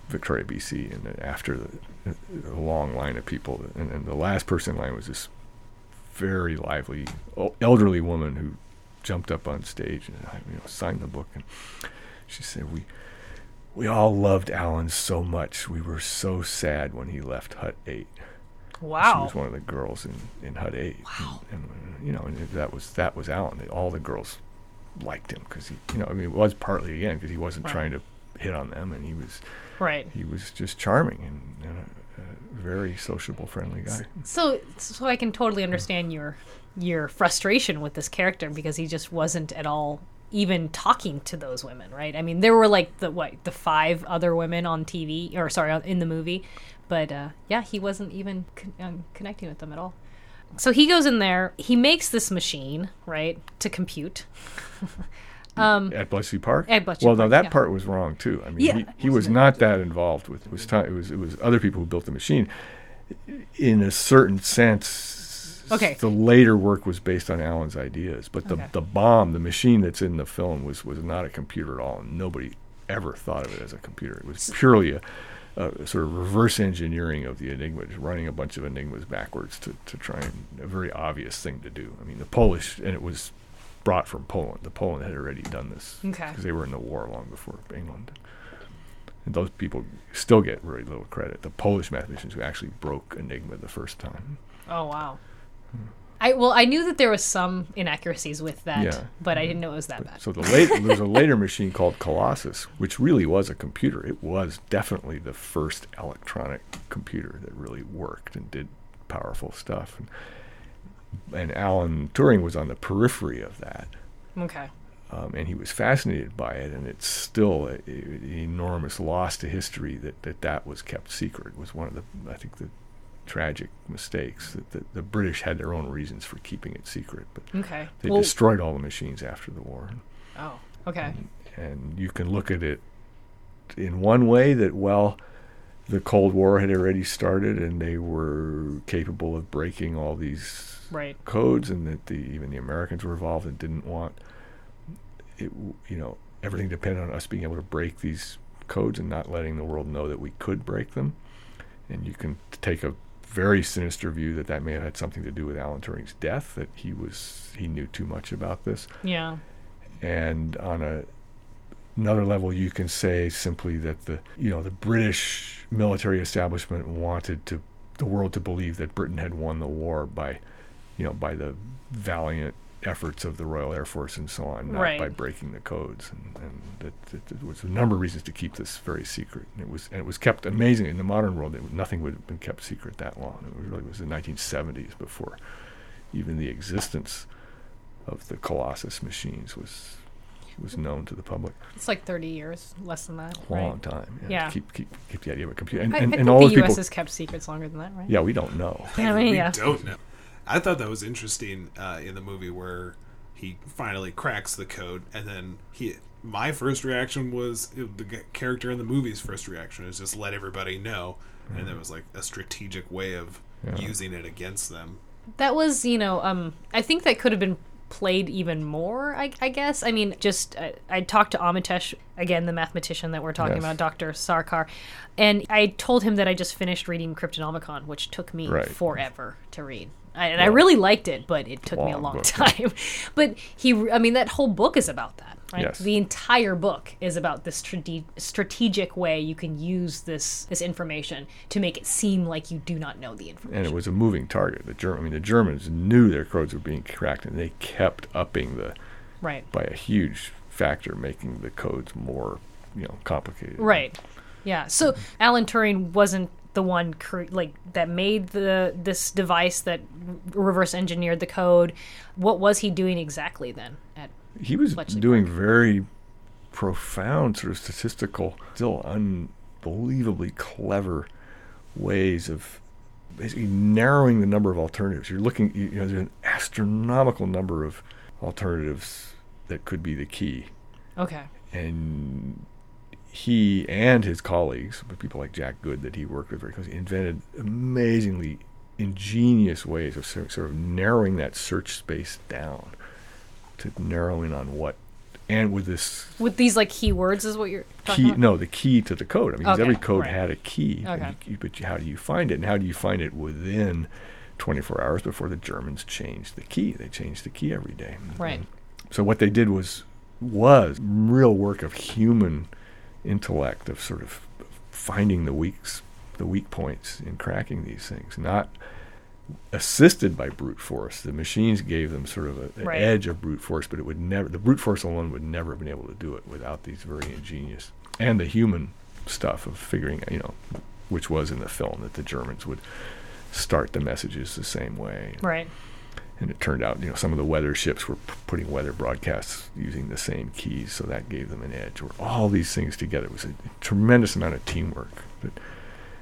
Speaker 5: Victoria, BC, and then after the, a long line of people, and then the last person in line was this very lively el- elderly woman who jumped up on stage and I, you know signed the book, and she said we. We all loved Alan so much. We were so sad when he left Hut 8. She
Speaker 4: Wow.
Speaker 5: was one of the girls in, in Hut 8. Wow. And, and, you know, and that was that was Alan. All the girls liked him because he, you know, I mean, it was partly again because he wasn't
Speaker 4: Right.
Speaker 5: trying to hit on them, and he was
Speaker 4: Right.
Speaker 5: he was just charming and, and a, a very sociable, friendly guy.
Speaker 4: So, so I can totally understand your your frustration with this character because he just wasn't at all even talking to those women, right? I mean, there were like the what the five other women on TV or sorry on- in the movie, but uh, yeah, he wasn't even con- um, connecting with them at all. So he goes in there. He makes this machine right to compute.
Speaker 5: at Bletchley Park.
Speaker 4: At Bletchley
Speaker 5: well, now
Speaker 4: Park,
Speaker 5: that
Speaker 4: yeah.
Speaker 5: part was wrong too. I mean,
Speaker 4: Yeah.
Speaker 5: he, he was not that involved with. It was time. It was it was other people who built the machine. In a certain sense,
Speaker 4: Okay.
Speaker 5: the later work was based on Alan's ideas, but the
Speaker 4: Okay.
Speaker 5: the bomb, the machine that's in the film, was was not a computer at all. And nobody ever thought of it as a computer. It was purely a. Uh, sort of reverse engineering of the Enigma, just running a bunch of Enigmas backwards to, to try and a very obvious thing to do. I mean, the Polish, and it was brought from Poland. The Poland had already done this
Speaker 4: Okay.
Speaker 5: they were in the war long before England. And those people still get very little credit. The Polish mathematicians who actually broke Enigma the first time.
Speaker 4: Oh wow. I well, I knew that there was some inaccuracies with that,
Speaker 5: Yeah.
Speaker 4: but I didn't know it was that bad.
Speaker 5: So the late, there's a later machine called Colossus, which really was a computer. It was definitely the first electronic computer that really worked and did powerful stuff. And, and Alan Turing was on the periphery of that.
Speaker 4: Okay.
Speaker 5: um, and he was fascinated by it. And it's still a- a- an enormous loss to history that, that that was kept secret. It was one of the I think the tragic mistakes that the, the British had their own reasons for keeping it secret, but
Speaker 4: Okay.
Speaker 5: they
Speaker 4: well,
Speaker 5: destroyed all the machines after the war.
Speaker 4: oh. Okay.
Speaker 5: And you can look at it in one way that well. The Cold War had already started, and they were capable of breaking all these
Speaker 4: Right.
Speaker 5: codes and that the even the Americans were involved and didn't want it w- you know everything depended on us being able to break these codes and not letting the world know that we could break them and you can t- take a very sinister view that that may have had something to do with Alan Turing's death that he was he knew too much about this
Speaker 4: Yeah.
Speaker 5: and on a another level you can say simply that the you know the british military establishment wanted to the world to believe that britain had won the war by you know by the valiant efforts of the royal air force and so on not
Speaker 4: Right.
Speaker 5: by breaking the codes and, and that, that, that was a number of reasons to keep this very secret and it was and it was kept amazing in the modern world that nothing would have been kept secret that long it really was the 1970s before even the existence of the Colossus machines was was known to the public
Speaker 4: It's like 30 years, less than that.
Speaker 5: a long
Speaker 4: right?
Speaker 5: time. to
Speaker 4: Yeah.
Speaker 5: Keep, keep keep the idea of a computer. And,
Speaker 4: I,
Speaker 5: and,
Speaker 4: I
Speaker 5: and
Speaker 4: think
Speaker 5: all those
Speaker 4: the U.S.
Speaker 5: people.
Speaker 4: has kept secrets longer than that, right?
Speaker 5: Yeah, we don't know.
Speaker 4: I mean,
Speaker 3: we
Speaker 4: yeah.
Speaker 3: don't know. I thought that was interesting uh, in the movie where he finally cracks the code, and then he. My first reaction was it, the g- character in the movie's first reaction is just let everybody know, and it was like a strategic way of using it against them.
Speaker 4: That was, you know, um, I think that could have been played even more, I, I guess. I mean, just I, I talked to Amitesh, again, the mathematician that we're talking
Speaker 5: Yes.
Speaker 4: about, Dr. Sarkar, and I told him that I just finished reading Cryptonomicon, which took me
Speaker 5: Right.
Speaker 4: forever to read. I, and I really liked it, but it took me a
Speaker 5: Long
Speaker 4: long
Speaker 5: book.
Speaker 4: time. but he, I mean, that whole book is about that. Right?
Speaker 5: Yes.
Speaker 4: The entire book is about this strate- strategic way you can use this this information to make it seem like you do not know the information.
Speaker 5: and it was a moving target. The Germ- I mean, the Germans knew their codes were being cracked, and they kept upping the
Speaker 4: Right.
Speaker 5: by a huge factor, making the codes more, you know, complicated.
Speaker 4: Right. Yeah. So
Speaker 5: Mm-hmm.
Speaker 4: Alan Turing wasn't the one cre- like that made the this device that r- reverse engineered the code. What was he doing exactly then? At
Speaker 5: He was
Speaker 4: Bletchley
Speaker 5: doing very profound, sort of statistical, still unbelievably clever ways of basically narrowing the number of alternatives. You're looking, you you know, there's an astronomical number of alternatives that could be the key.
Speaker 4: okay.
Speaker 5: and he and his colleagues, but people like Jack Good that he worked with very closely, invented amazingly ingenious ways of sor- sort of narrowing that search space down to narrow in on what, and with this
Speaker 4: With these like keywords is what you're talking
Speaker 5: key,
Speaker 4: about.
Speaker 5: no, the key to the code. I mean, 'cause
Speaker 4: Okay,
Speaker 5: every code
Speaker 4: right.
Speaker 5: had a key, and
Speaker 4: Okay.
Speaker 5: you- but you- how do you find it, and how do you find it within 24 hours before the Germans changed the key? They changed the key every day.
Speaker 4: Right.
Speaker 5: So what they did was was real work of human intellect of sort of finding the weaks the weak points in cracking these things, not assisted by brute force. The machines gave them sort of a, an
Speaker 4: Right.
Speaker 5: edge of brute force, but it would never the brute force alone would never have been able to do it without these very ingenious and the human stuff of figuring you know which was in the film that the Germans would start the messages the same way
Speaker 4: Right.
Speaker 5: and it turned out you know some of the weather ships were p- putting weather broadcasts using the same keys so that gave them an edge or all these things together it was a tremendous amount of teamwork that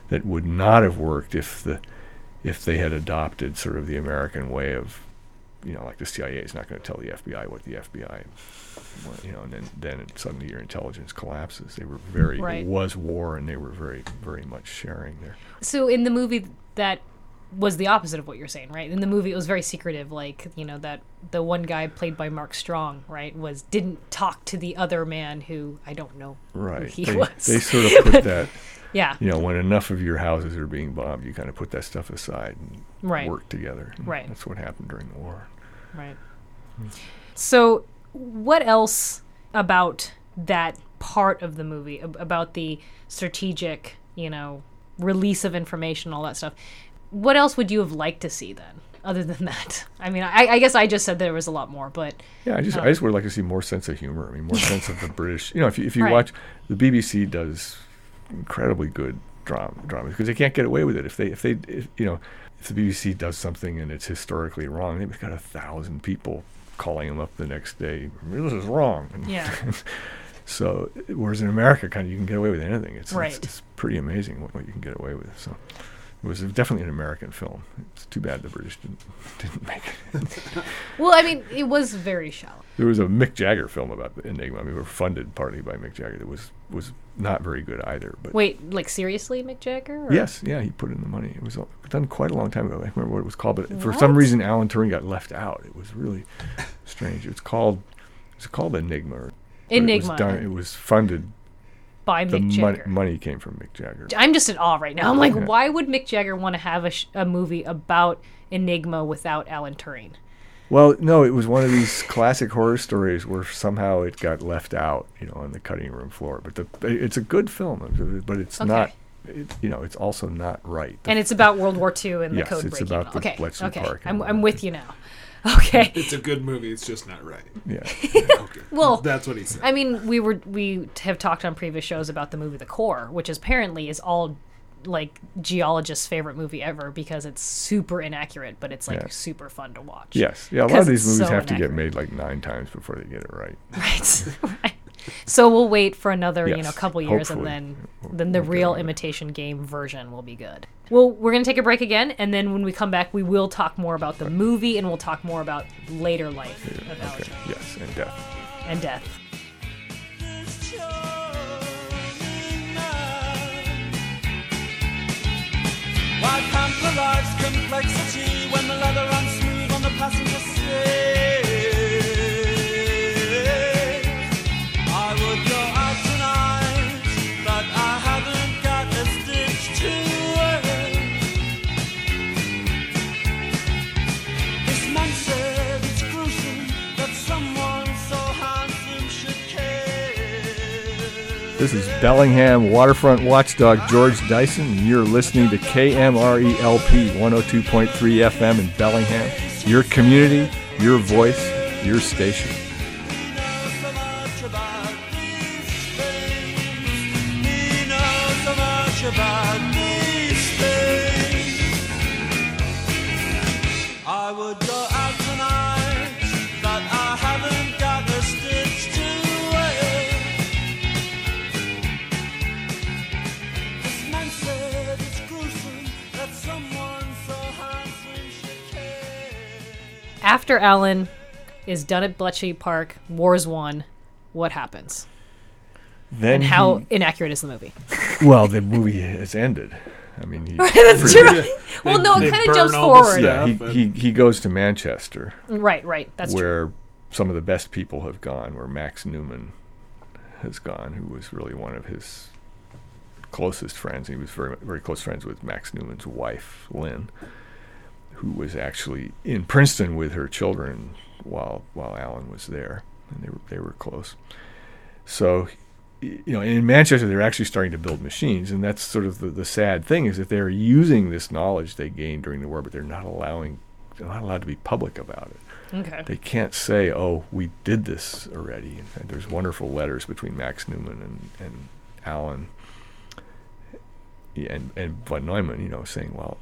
Speaker 5: that would not have worked if the if they had adopted sort of the American way of you know like the CIA is not going to tell the FBI what the FBI want, you know and then then it, suddenly your intelligence collapses they were very
Speaker 4: Right.
Speaker 5: it was war and they were very very much sharing their
Speaker 4: So in the movie that was the opposite of what you're saying, right? In the movie it was very secretive, like, you know, that the one guy played by Mark Strong, right, was didn't talk to the other man who I don't know who
Speaker 5: right
Speaker 4: he
Speaker 5: they,
Speaker 4: was.
Speaker 5: they sort of put that
Speaker 4: yeah.
Speaker 5: you know, when enough of your houses are being bombed, you kind of put that stuff aside and
Speaker 4: Right.
Speaker 5: work together. And
Speaker 4: Right.
Speaker 5: That's what happened during the war.
Speaker 4: Right.
Speaker 5: Hmm.
Speaker 4: So, what else about that part of the movie, ab- about the strategic, you know, release of information, all that stuff? What else would you have liked to see then, other than that? I mean, I, I guess I just said there was a lot more, but
Speaker 5: Yeah, I just I just would like to see more sense of humor. I mean, more sense of the British. You know, if you, if you
Speaker 4: Right.
Speaker 5: watch the BBC does incredibly good drama dramas because they can't get away with it if they if they if, you know if the BBC does something and it's historically wrong, they've got a thousand people calling them up the next day. This is wrong. And
Speaker 4: yeah,
Speaker 5: So whereas in America, kind of you can get away with anything. It's
Speaker 4: Right.
Speaker 5: it's, it's pretty amazing what, what you can get away with. So it was definitely an American film. It's too bad the British didn't didn't make it.
Speaker 4: well, I mean, it was very shallow.
Speaker 5: There was a Mick Jagger film about the Enigma. I mean, we were funded partly by Mick Jagger. That was was not very good either. But
Speaker 4: Wait, like seriously, Mick Jagger? Or-
Speaker 5: yes, yeah, he put in the money. It was all- done quite a long time ago. I can't remember what it was called, but for some
Speaker 4: What?
Speaker 5: reason, Alan Turing got left out. It was really strange. It's called it's called Enigma. or- but It
Speaker 4: Enigma
Speaker 5: was, done, it was funded.
Speaker 4: by
Speaker 5: The
Speaker 4: Mick
Speaker 5: mon-
Speaker 4: Jagger.
Speaker 5: money came from Mick Jagger.
Speaker 4: I'm just in awe right now. I'm like,
Speaker 5: Yeah.
Speaker 4: why would Mick Jagger want to have a, sh- a movie about Enigma without Alan Turing?
Speaker 5: Well, no, it was one of these classic horror stories where somehow it got left out, you know, on the cutting room floor. But the it's a good film, but it's
Speaker 4: Okay.
Speaker 5: not, it, you know, it's also not right. The-
Speaker 4: and it's about World War II and the
Speaker 5: Yes,
Speaker 4: code
Speaker 5: it's
Speaker 4: breaking.
Speaker 5: about the
Speaker 4: okay,
Speaker 5: Bletchley
Speaker 4: okay,
Speaker 5: Park
Speaker 4: I'm,
Speaker 5: and-
Speaker 4: I'm with you now. Okay,
Speaker 3: It's a good movie. It's just not right.
Speaker 5: yeah,
Speaker 3: Okay.
Speaker 4: Well,
Speaker 3: that's what he said.
Speaker 4: I mean, we were we t- have talked on previous shows about the movie The Core, which is apparently is all like geologists' favorite movie ever because it's super inaccurate, but it's like
Speaker 5: Yeah.
Speaker 4: super fun to watch.
Speaker 5: yes, yeah. A lot
Speaker 4: 'Cause
Speaker 5: of these
Speaker 4: it's
Speaker 5: movies
Speaker 4: so
Speaker 5: have to get
Speaker 4: inaccurate.
Speaker 5: made like nine times before they get it right.
Speaker 4: right. Right. So we'll wait for another, you know,
Speaker 5: Yes,
Speaker 4: couple years,
Speaker 5: hopefully.
Speaker 4: and then then the
Speaker 5: we'll get
Speaker 4: real
Speaker 5: there.
Speaker 4: imitation game version will be good. Well, we're gonna take a break again, and then when we come back, we will talk more about the movie, and we'll talk more about later life of Alan
Speaker 5: Okay,
Speaker 4: Turing
Speaker 5: yes, and death.
Speaker 4: and death.
Speaker 1: This charming man. Why pamper life's complexity when the leather runs smooth on the passenger seat?
Speaker 5: This is Bellingham waterfront watchdog George Dyson, and you're listening to E KMRELP 102.3 FM in Bellingham. Your community, your voice, your station.
Speaker 1: so much about these things. He knows so much about these things. I would go out tonight, but I haven't got a stitch to wear. This man said it's gruesome that someone so handsome should care.
Speaker 4: After Alan is done at Bletchley Park, Wars One, what happens?
Speaker 5: Then
Speaker 4: And how inaccurate is the movie?
Speaker 5: he- well, the movie has ended. I mean, he,
Speaker 4: That's true. Well,
Speaker 3: They-
Speaker 4: no, it
Speaker 3: they
Speaker 4: kind
Speaker 3: burn
Speaker 4: of jumps
Speaker 3: all the
Speaker 4: forward. Mm,
Speaker 5: yeah, he,
Speaker 3: Yeah, but-
Speaker 5: he, he goes to Manchester,
Speaker 4: Right, right. That's true.
Speaker 5: where some of the best people have gone, where Max Newman has gone, who was really one of his closest friends. He was very very close friends with Max Newman's wife, Lynn, who was actually in Princeton with her children while while Alan was there, and they were they were close. So y- you know, in Manchester, they're actually starting to build machines, and that's sort of the, the sad thing is that they're using this knowledge they gained during the war, but they're not allowing, they're not allowed to be public about it
Speaker 4: Okay.
Speaker 5: they can't say, "Oh, we did this already." In fact, there's wonderful letters between Max Newman and and Allen Yeah, and and von Neumann, you know, saying, "Well,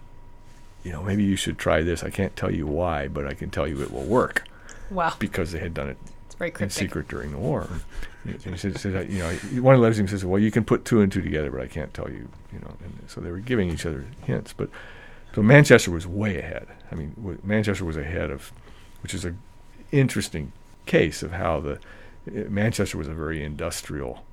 Speaker 5: you know, maybe you should try this. I can't tell you why, but I can tell you it will work
Speaker 4: Wow.
Speaker 5: because they had done it
Speaker 4: It's very
Speaker 5: in
Speaker 4: cryptic.
Speaker 5: secret during the war." And he said, said, uh, you know, one of the letters he says, "Well, you can put two and two together, but I can't tell you." You know, and so they were giving each other hints, but so Manchester was way ahead. I mean, wa- Manchester was ahead of, which is a interesting case of how the eh, Manchester was a very industrial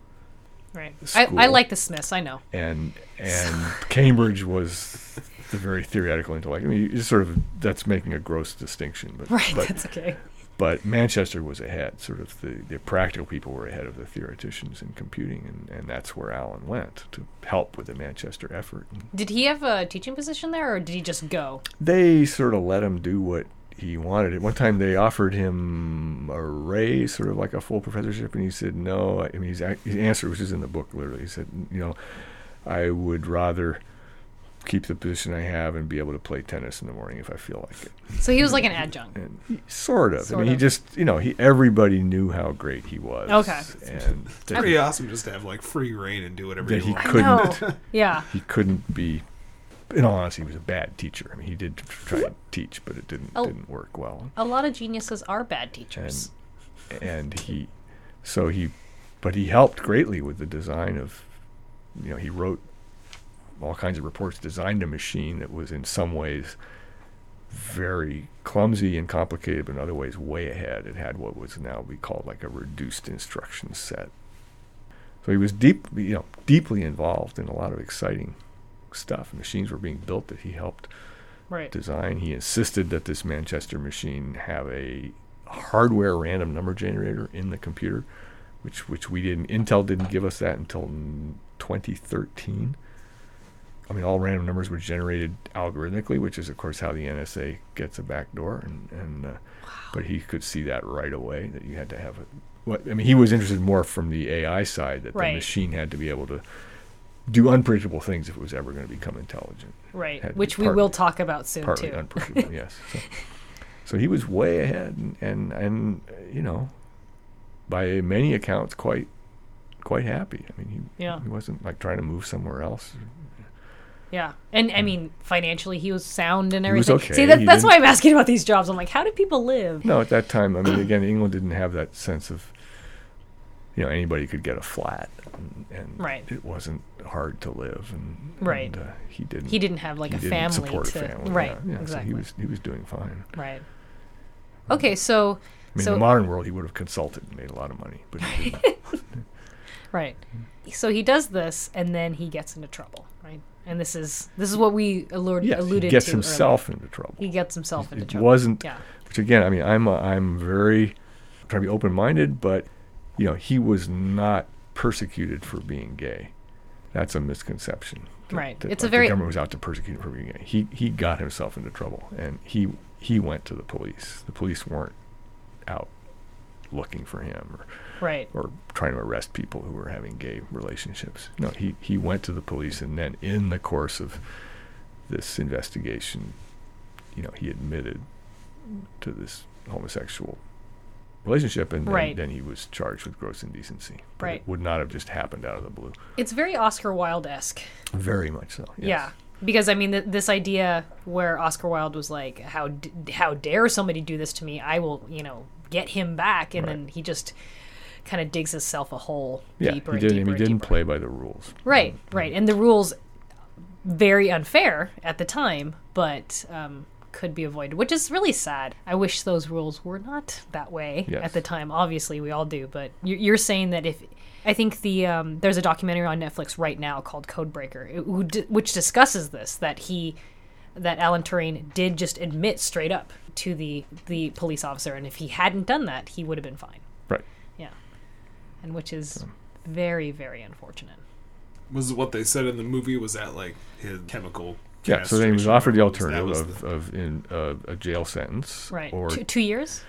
Speaker 4: Right. I, I
Speaker 5: school.
Speaker 4: like the Smiths. I know.
Speaker 5: and and Cambridge was the very theoretical intellect. I mean, you just sort of that's making a gross distinction, but
Speaker 4: Right.
Speaker 5: but,
Speaker 4: That's okay.
Speaker 5: but Manchester was ahead. Sort of the, the practical people were ahead of the theoreticians in computing, and, and that's where Allen went to help with the Manchester effort. And
Speaker 4: Did he have a teaching position there, or did he just go?
Speaker 5: they sort of let him do what he wanted. At one time, they offered him a raise, sort of like a full professorship, and he said no. I mean, his, ac- his answer, which is in the book, literally, he said, you know, I would rather keep the position I have and be able to play tennis in the morning if I feel like it.
Speaker 4: So he was like an adjunct.
Speaker 5: And he- sort of. I
Speaker 4: Sort
Speaker 5: mean, he
Speaker 4: of.
Speaker 5: just, you know, he everybody knew how great he was.
Speaker 4: Okay.
Speaker 5: and that
Speaker 3: Pretty
Speaker 5: he,
Speaker 3: awesome just to have like free reign and do whatever
Speaker 5: that he
Speaker 3: you want.
Speaker 5: couldn't.
Speaker 4: No. Yeah.
Speaker 5: He couldn't be. In all honesty, he was a bad teacher. I mean, he did tr- try to teach, but it didn't
Speaker 4: Oh.
Speaker 5: didn't work well.
Speaker 4: A lot of geniuses are bad teachers.
Speaker 5: and and he so he but he helped greatly with the design of you know he wrote all kinds of reports designed a machine that was in some ways very clumsy and complicated but in other ways way ahead it had what was now be called like a reduced instruction set so he was deep you know deeply involved in a lot of exciting stuff machines were being built that he helped
Speaker 4: right.
Speaker 5: design. He insisted that this Manchester machine have a hardware random number generator in the computer, which which we didn't. Intel didn't give us that until n- 2013. I mean, all random numbers were generated algorithmically, which is of course how the NSA gets a backdoor. And and uh, but he could see that right away that you had to have a. What, I mean, he was interested more from the AI side that
Speaker 4: Right.
Speaker 5: the machine had to be able to do unpredictable things if it was ever going to become intelligent had to
Speaker 4: Right.
Speaker 5: be
Speaker 4: Which we
Speaker 5: partly-
Speaker 4: will talk about soon
Speaker 5: partly
Speaker 4: too.
Speaker 5: unpredictable. yes. So, so he was way ahead, and, and and uh, you know, by many accounts, quite quite happy. I mean, he
Speaker 4: Yeah.
Speaker 5: he wasn't like trying to move somewhere else.
Speaker 4: Yeah. And I mean, financially, he was sound and
Speaker 5: was
Speaker 4: everything.
Speaker 5: okay.
Speaker 4: See, that,
Speaker 5: Mm. He
Speaker 4: that's why
Speaker 5: didn't-
Speaker 4: I'm asking about these jobs. I'm like, how do people live?
Speaker 5: No, at that time, I mean, again, England didn't have that sense of you know anybody could get a flat, and, and
Speaker 4: Right.
Speaker 5: it wasn't hard to live, and
Speaker 4: Right.
Speaker 5: and, uh, he didn't.
Speaker 4: He didn't have like
Speaker 5: he
Speaker 4: a
Speaker 5: didn't
Speaker 4: family
Speaker 5: support
Speaker 4: to
Speaker 5: a family.
Speaker 4: right.
Speaker 5: yeah, yeah, So
Speaker 4: exactly.
Speaker 5: he was he was doing fine.
Speaker 4: right. Okay. So.
Speaker 5: I mean,
Speaker 4: so
Speaker 5: in the modern world, he would have consulted and made a lot of money, but he didn't.
Speaker 4: Right. So he does this, and then he gets into trouble, right? And this is this is what we allured,
Speaker 5: yes,
Speaker 4: alluded
Speaker 5: he gets
Speaker 4: to. earlier.
Speaker 5: himself into trouble.
Speaker 4: He gets himself into
Speaker 5: it
Speaker 4: trouble.
Speaker 5: wasn't
Speaker 4: Yeah.
Speaker 5: which again i mean i'm a, i'm very trying to be open minded but you know he was not persecuted for being gay that's a misconception that-
Speaker 4: Right.
Speaker 5: that,
Speaker 4: It's a
Speaker 5: like,
Speaker 4: very-
Speaker 5: the government was out to persecute him for being gay he he got himself into trouble and he he went to the police the police weren't out looking for him or,
Speaker 4: Right.
Speaker 5: or trying to arrest people who were having gay relationships. No, he, he went to the police, and then in the course of this investigation, you know, he admitted to this homosexual relationship, and then,
Speaker 4: Right.
Speaker 5: then he was charged with gross indecency. But
Speaker 4: Right.
Speaker 5: It would not have just happened out of the blue.
Speaker 4: It's very Oscar Wilde esque.
Speaker 5: Very much so. yes.
Speaker 4: Yeah. Because I mean, th- this idea where Oscar Wilde was like, "How d- how dare somebody do this to me? I will, you know, get him back," and then he just kind of digs himself a hole
Speaker 5: Yeah,
Speaker 4: deeper
Speaker 5: he
Speaker 4: and
Speaker 5: didn't.
Speaker 4: deeper.
Speaker 5: He
Speaker 4: and
Speaker 5: didn't
Speaker 4: deeper.
Speaker 5: play by the rules.
Speaker 4: Right, right, and the rules very unfair at the time, but um, could be avoided, which is really sad. I wish those rules were not that way
Speaker 5: Yes.
Speaker 4: at the time. Obviously, we all do, but you're, you're saying that if I think the um, there's a documentary on Netflix right now called Codebreaker, it- who di- which discusses this that he that Alan Turing did just admit straight up to the the police officer, and if he hadn't done that, he would have been fine.
Speaker 5: Right.
Speaker 4: Yeah, and which is very very unfortunate.
Speaker 3: was what they said in the movie was that like his chemical.
Speaker 5: Yeah. So then he was
Speaker 3: castration
Speaker 5: offered the
Speaker 3: or whatever it
Speaker 5: alternative
Speaker 3: was. That was
Speaker 5: of, of in uh, a jail sentence,
Speaker 4: Right.
Speaker 5: or
Speaker 4: two, two years?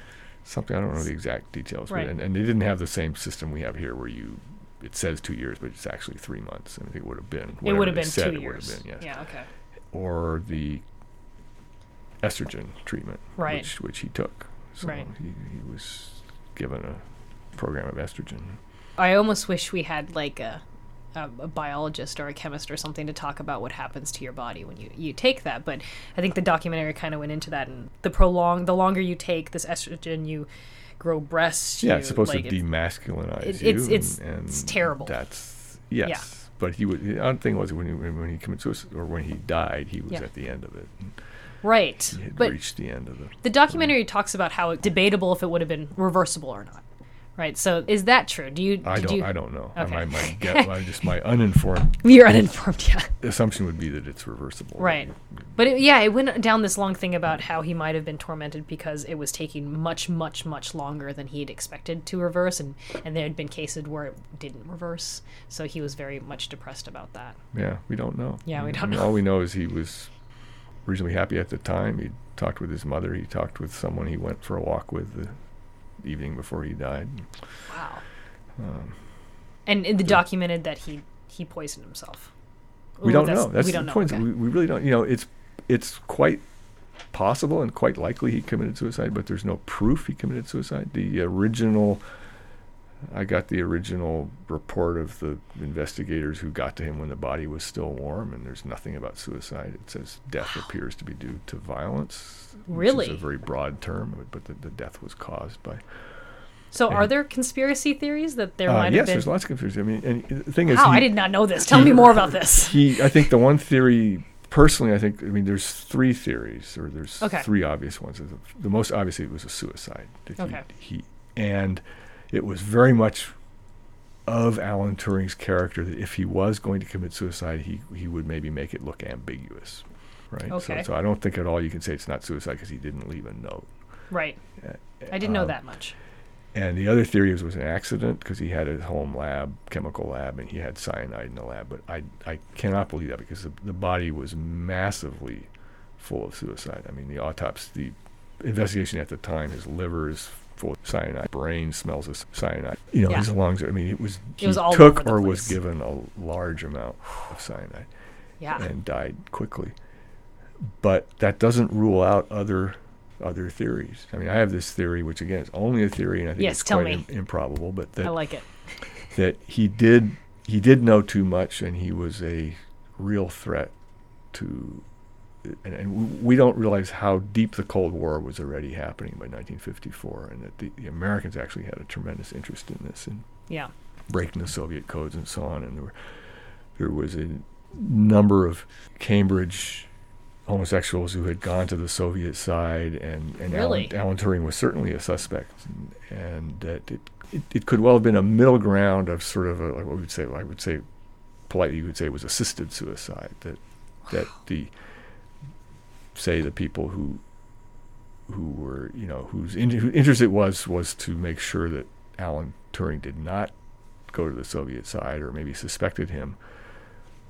Speaker 5: something. I don't know the exact details,
Speaker 4: Right.
Speaker 5: but and, and they didn't have the same system we have here, where you it says two years, but it's actually three months. I mean, it would have been.
Speaker 4: It
Speaker 5: whatever
Speaker 4: would have
Speaker 5: they
Speaker 4: been
Speaker 5: said
Speaker 4: two
Speaker 5: it would have
Speaker 4: years.
Speaker 5: been, yes.
Speaker 4: Yeah, okay.
Speaker 5: Or the estrogen treatment,
Speaker 4: Right.
Speaker 5: Which, which he took. So
Speaker 4: Right.
Speaker 5: He, he was given a program of estrogen.
Speaker 4: I almost wish we had like a, a, a biologist or a chemist or something to talk about what happens to your body when you, you take that. But I think the documentary kind of went into that. And the prolong, the longer you take this estrogen, you grow breasts.
Speaker 5: Yeah,
Speaker 4: you-
Speaker 5: it's supposed
Speaker 4: like,
Speaker 5: to demasculinize
Speaker 4: it-
Speaker 5: you.
Speaker 4: it's- it's-
Speaker 5: and, and
Speaker 4: it's terrible.
Speaker 5: That's yes. But he would. The other thing was when he when when he committed suicide or when he died, he was
Speaker 4: Yeah.
Speaker 5: at the end of it. and
Speaker 4: Right.
Speaker 5: He had
Speaker 4: But
Speaker 5: reached the end of it.
Speaker 4: the documentary talks about how it's debatable if it would have been reversible or not. Right. So is that true? Do you.
Speaker 5: I
Speaker 4: did
Speaker 5: don't.
Speaker 4: you-
Speaker 5: I don't know.
Speaker 4: Okay.
Speaker 5: My, my, guess, my just my uninformed
Speaker 4: You're uninformed, yeah.
Speaker 5: assumption would be that it's reversible.
Speaker 4: Right. But it, yeah, it went down this long thing about how he might have been tormented because it was taking much, much, much longer than he had expected to reverse, and, and there had been cases where it didn't reverse. So he was very much depressed about that.
Speaker 5: Yeah. We don't know.
Speaker 4: Yeah, we
Speaker 5: I
Speaker 4: don't
Speaker 5: mean,
Speaker 4: know.
Speaker 5: All we know is he was reasonably happy at the time. He talked with his mother. He talked with someone he went for a walk with the evening before he died.
Speaker 4: Wow. Um, and it documented that he, he poisoned himself.
Speaker 5: We
Speaker 4: Ooh,
Speaker 5: don't know. That's
Speaker 4: we
Speaker 5: the
Speaker 4: don't know.
Speaker 5: point.
Speaker 4: Okay.
Speaker 5: We, we really don't. You know, it's it's quite possible and quite likely he committed suicide, but there's no proof he committed suicide. The original, I got the original report of the investigators who got to him when the body was still warm, and there's nothing about suicide. It says death appears to be due to violence. Which
Speaker 4: Really?
Speaker 5: is a very broad term, but the, the death was caused by.
Speaker 4: So are there conspiracy theories that there
Speaker 5: Uh,
Speaker 4: might
Speaker 5: yes,
Speaker 4: have
Speaker 5: there's
Speaker 4: been?
Speaker 5: lots of confusion. I mean, and the thing is,
Speaker 4: Wow,
Speaker 5: he-
Speaker 4: I did not know this. Tell me more about this.
Speaker 5: he i think the one theory personally i think i mean there's three theories or there's
Speaker 4: Okay.
Speaker 5: three obvious ones the, the most obvious it was a suicide that he-
Speaker 4: Okay.
Speaker 5: he, and it was very much of alan turing's character that if he was going to commit suicide he, he would maybe make it look ambiguous right
Speaker 4: Okay.
Speaker 5: so, so i don't think at all you can say it's not suicide because he didn't leave a note
Speaker 4: Right. I didn't
Speaker 5: Um,
Speaker 4: know that much.
Speaker 5: and the other theory was, was an accident because he had his home lab, chemical lab, and he had cyanide in the lab. But I, I cannot believe that because the, the body was massively full of suicide. I mean, the autopsy, the investigation at the time, his liver is full of cyanide, brain smells of cyanide. You know,
Speaker 4: Yeah.
Speaker 5: his lungs. are- I mean, it was he
Speaker 4: was all
Speaker 5: took
Speaker 4: over the
Speaker 5: or was
Speaker 4: place.
Speaker 5: given a large amount of cyanide
Speaker 4: Yeah.
Speaker 5: and died quickly. But that doesn't rule out other other theories. I mean, I have this theory, which again is only a theory, and I think
Speaker 4: Yes,
Speaker 5: it's
Speaker 4: tell
Speaker 5: quite
Speaker 4: me.
Speaker 5: im- improbable, but
Speaker 4: I
Speaker 5: that
Speaker 4: like it.
Speaker 5: that he did he did know too much, and he was a real threat to. And, and we don't realize how deep the Cold War was already happening by 1954, and that the, the Americans actually had a tremendous interest in this, and
Speaker 4: Yeah.
Speaker 5: breaking the Soviet codes and so on. And there, were, there was a number of Cambridge homosexuals who had gone to the Soviet side, and, and
Speaker 4: Really?
Speaker 5: Alan, Alan Turing was certainly a suspect, and, and that it, it, it could well have been a middle ground of sort of a, like what we would say, I would say politely, you would say was assisted suicide, that, that the, say, the people who who were, you know, whose in, whose interest it was was to make sure that Alan Turing did not go to the Soviet side or maybe suspected him,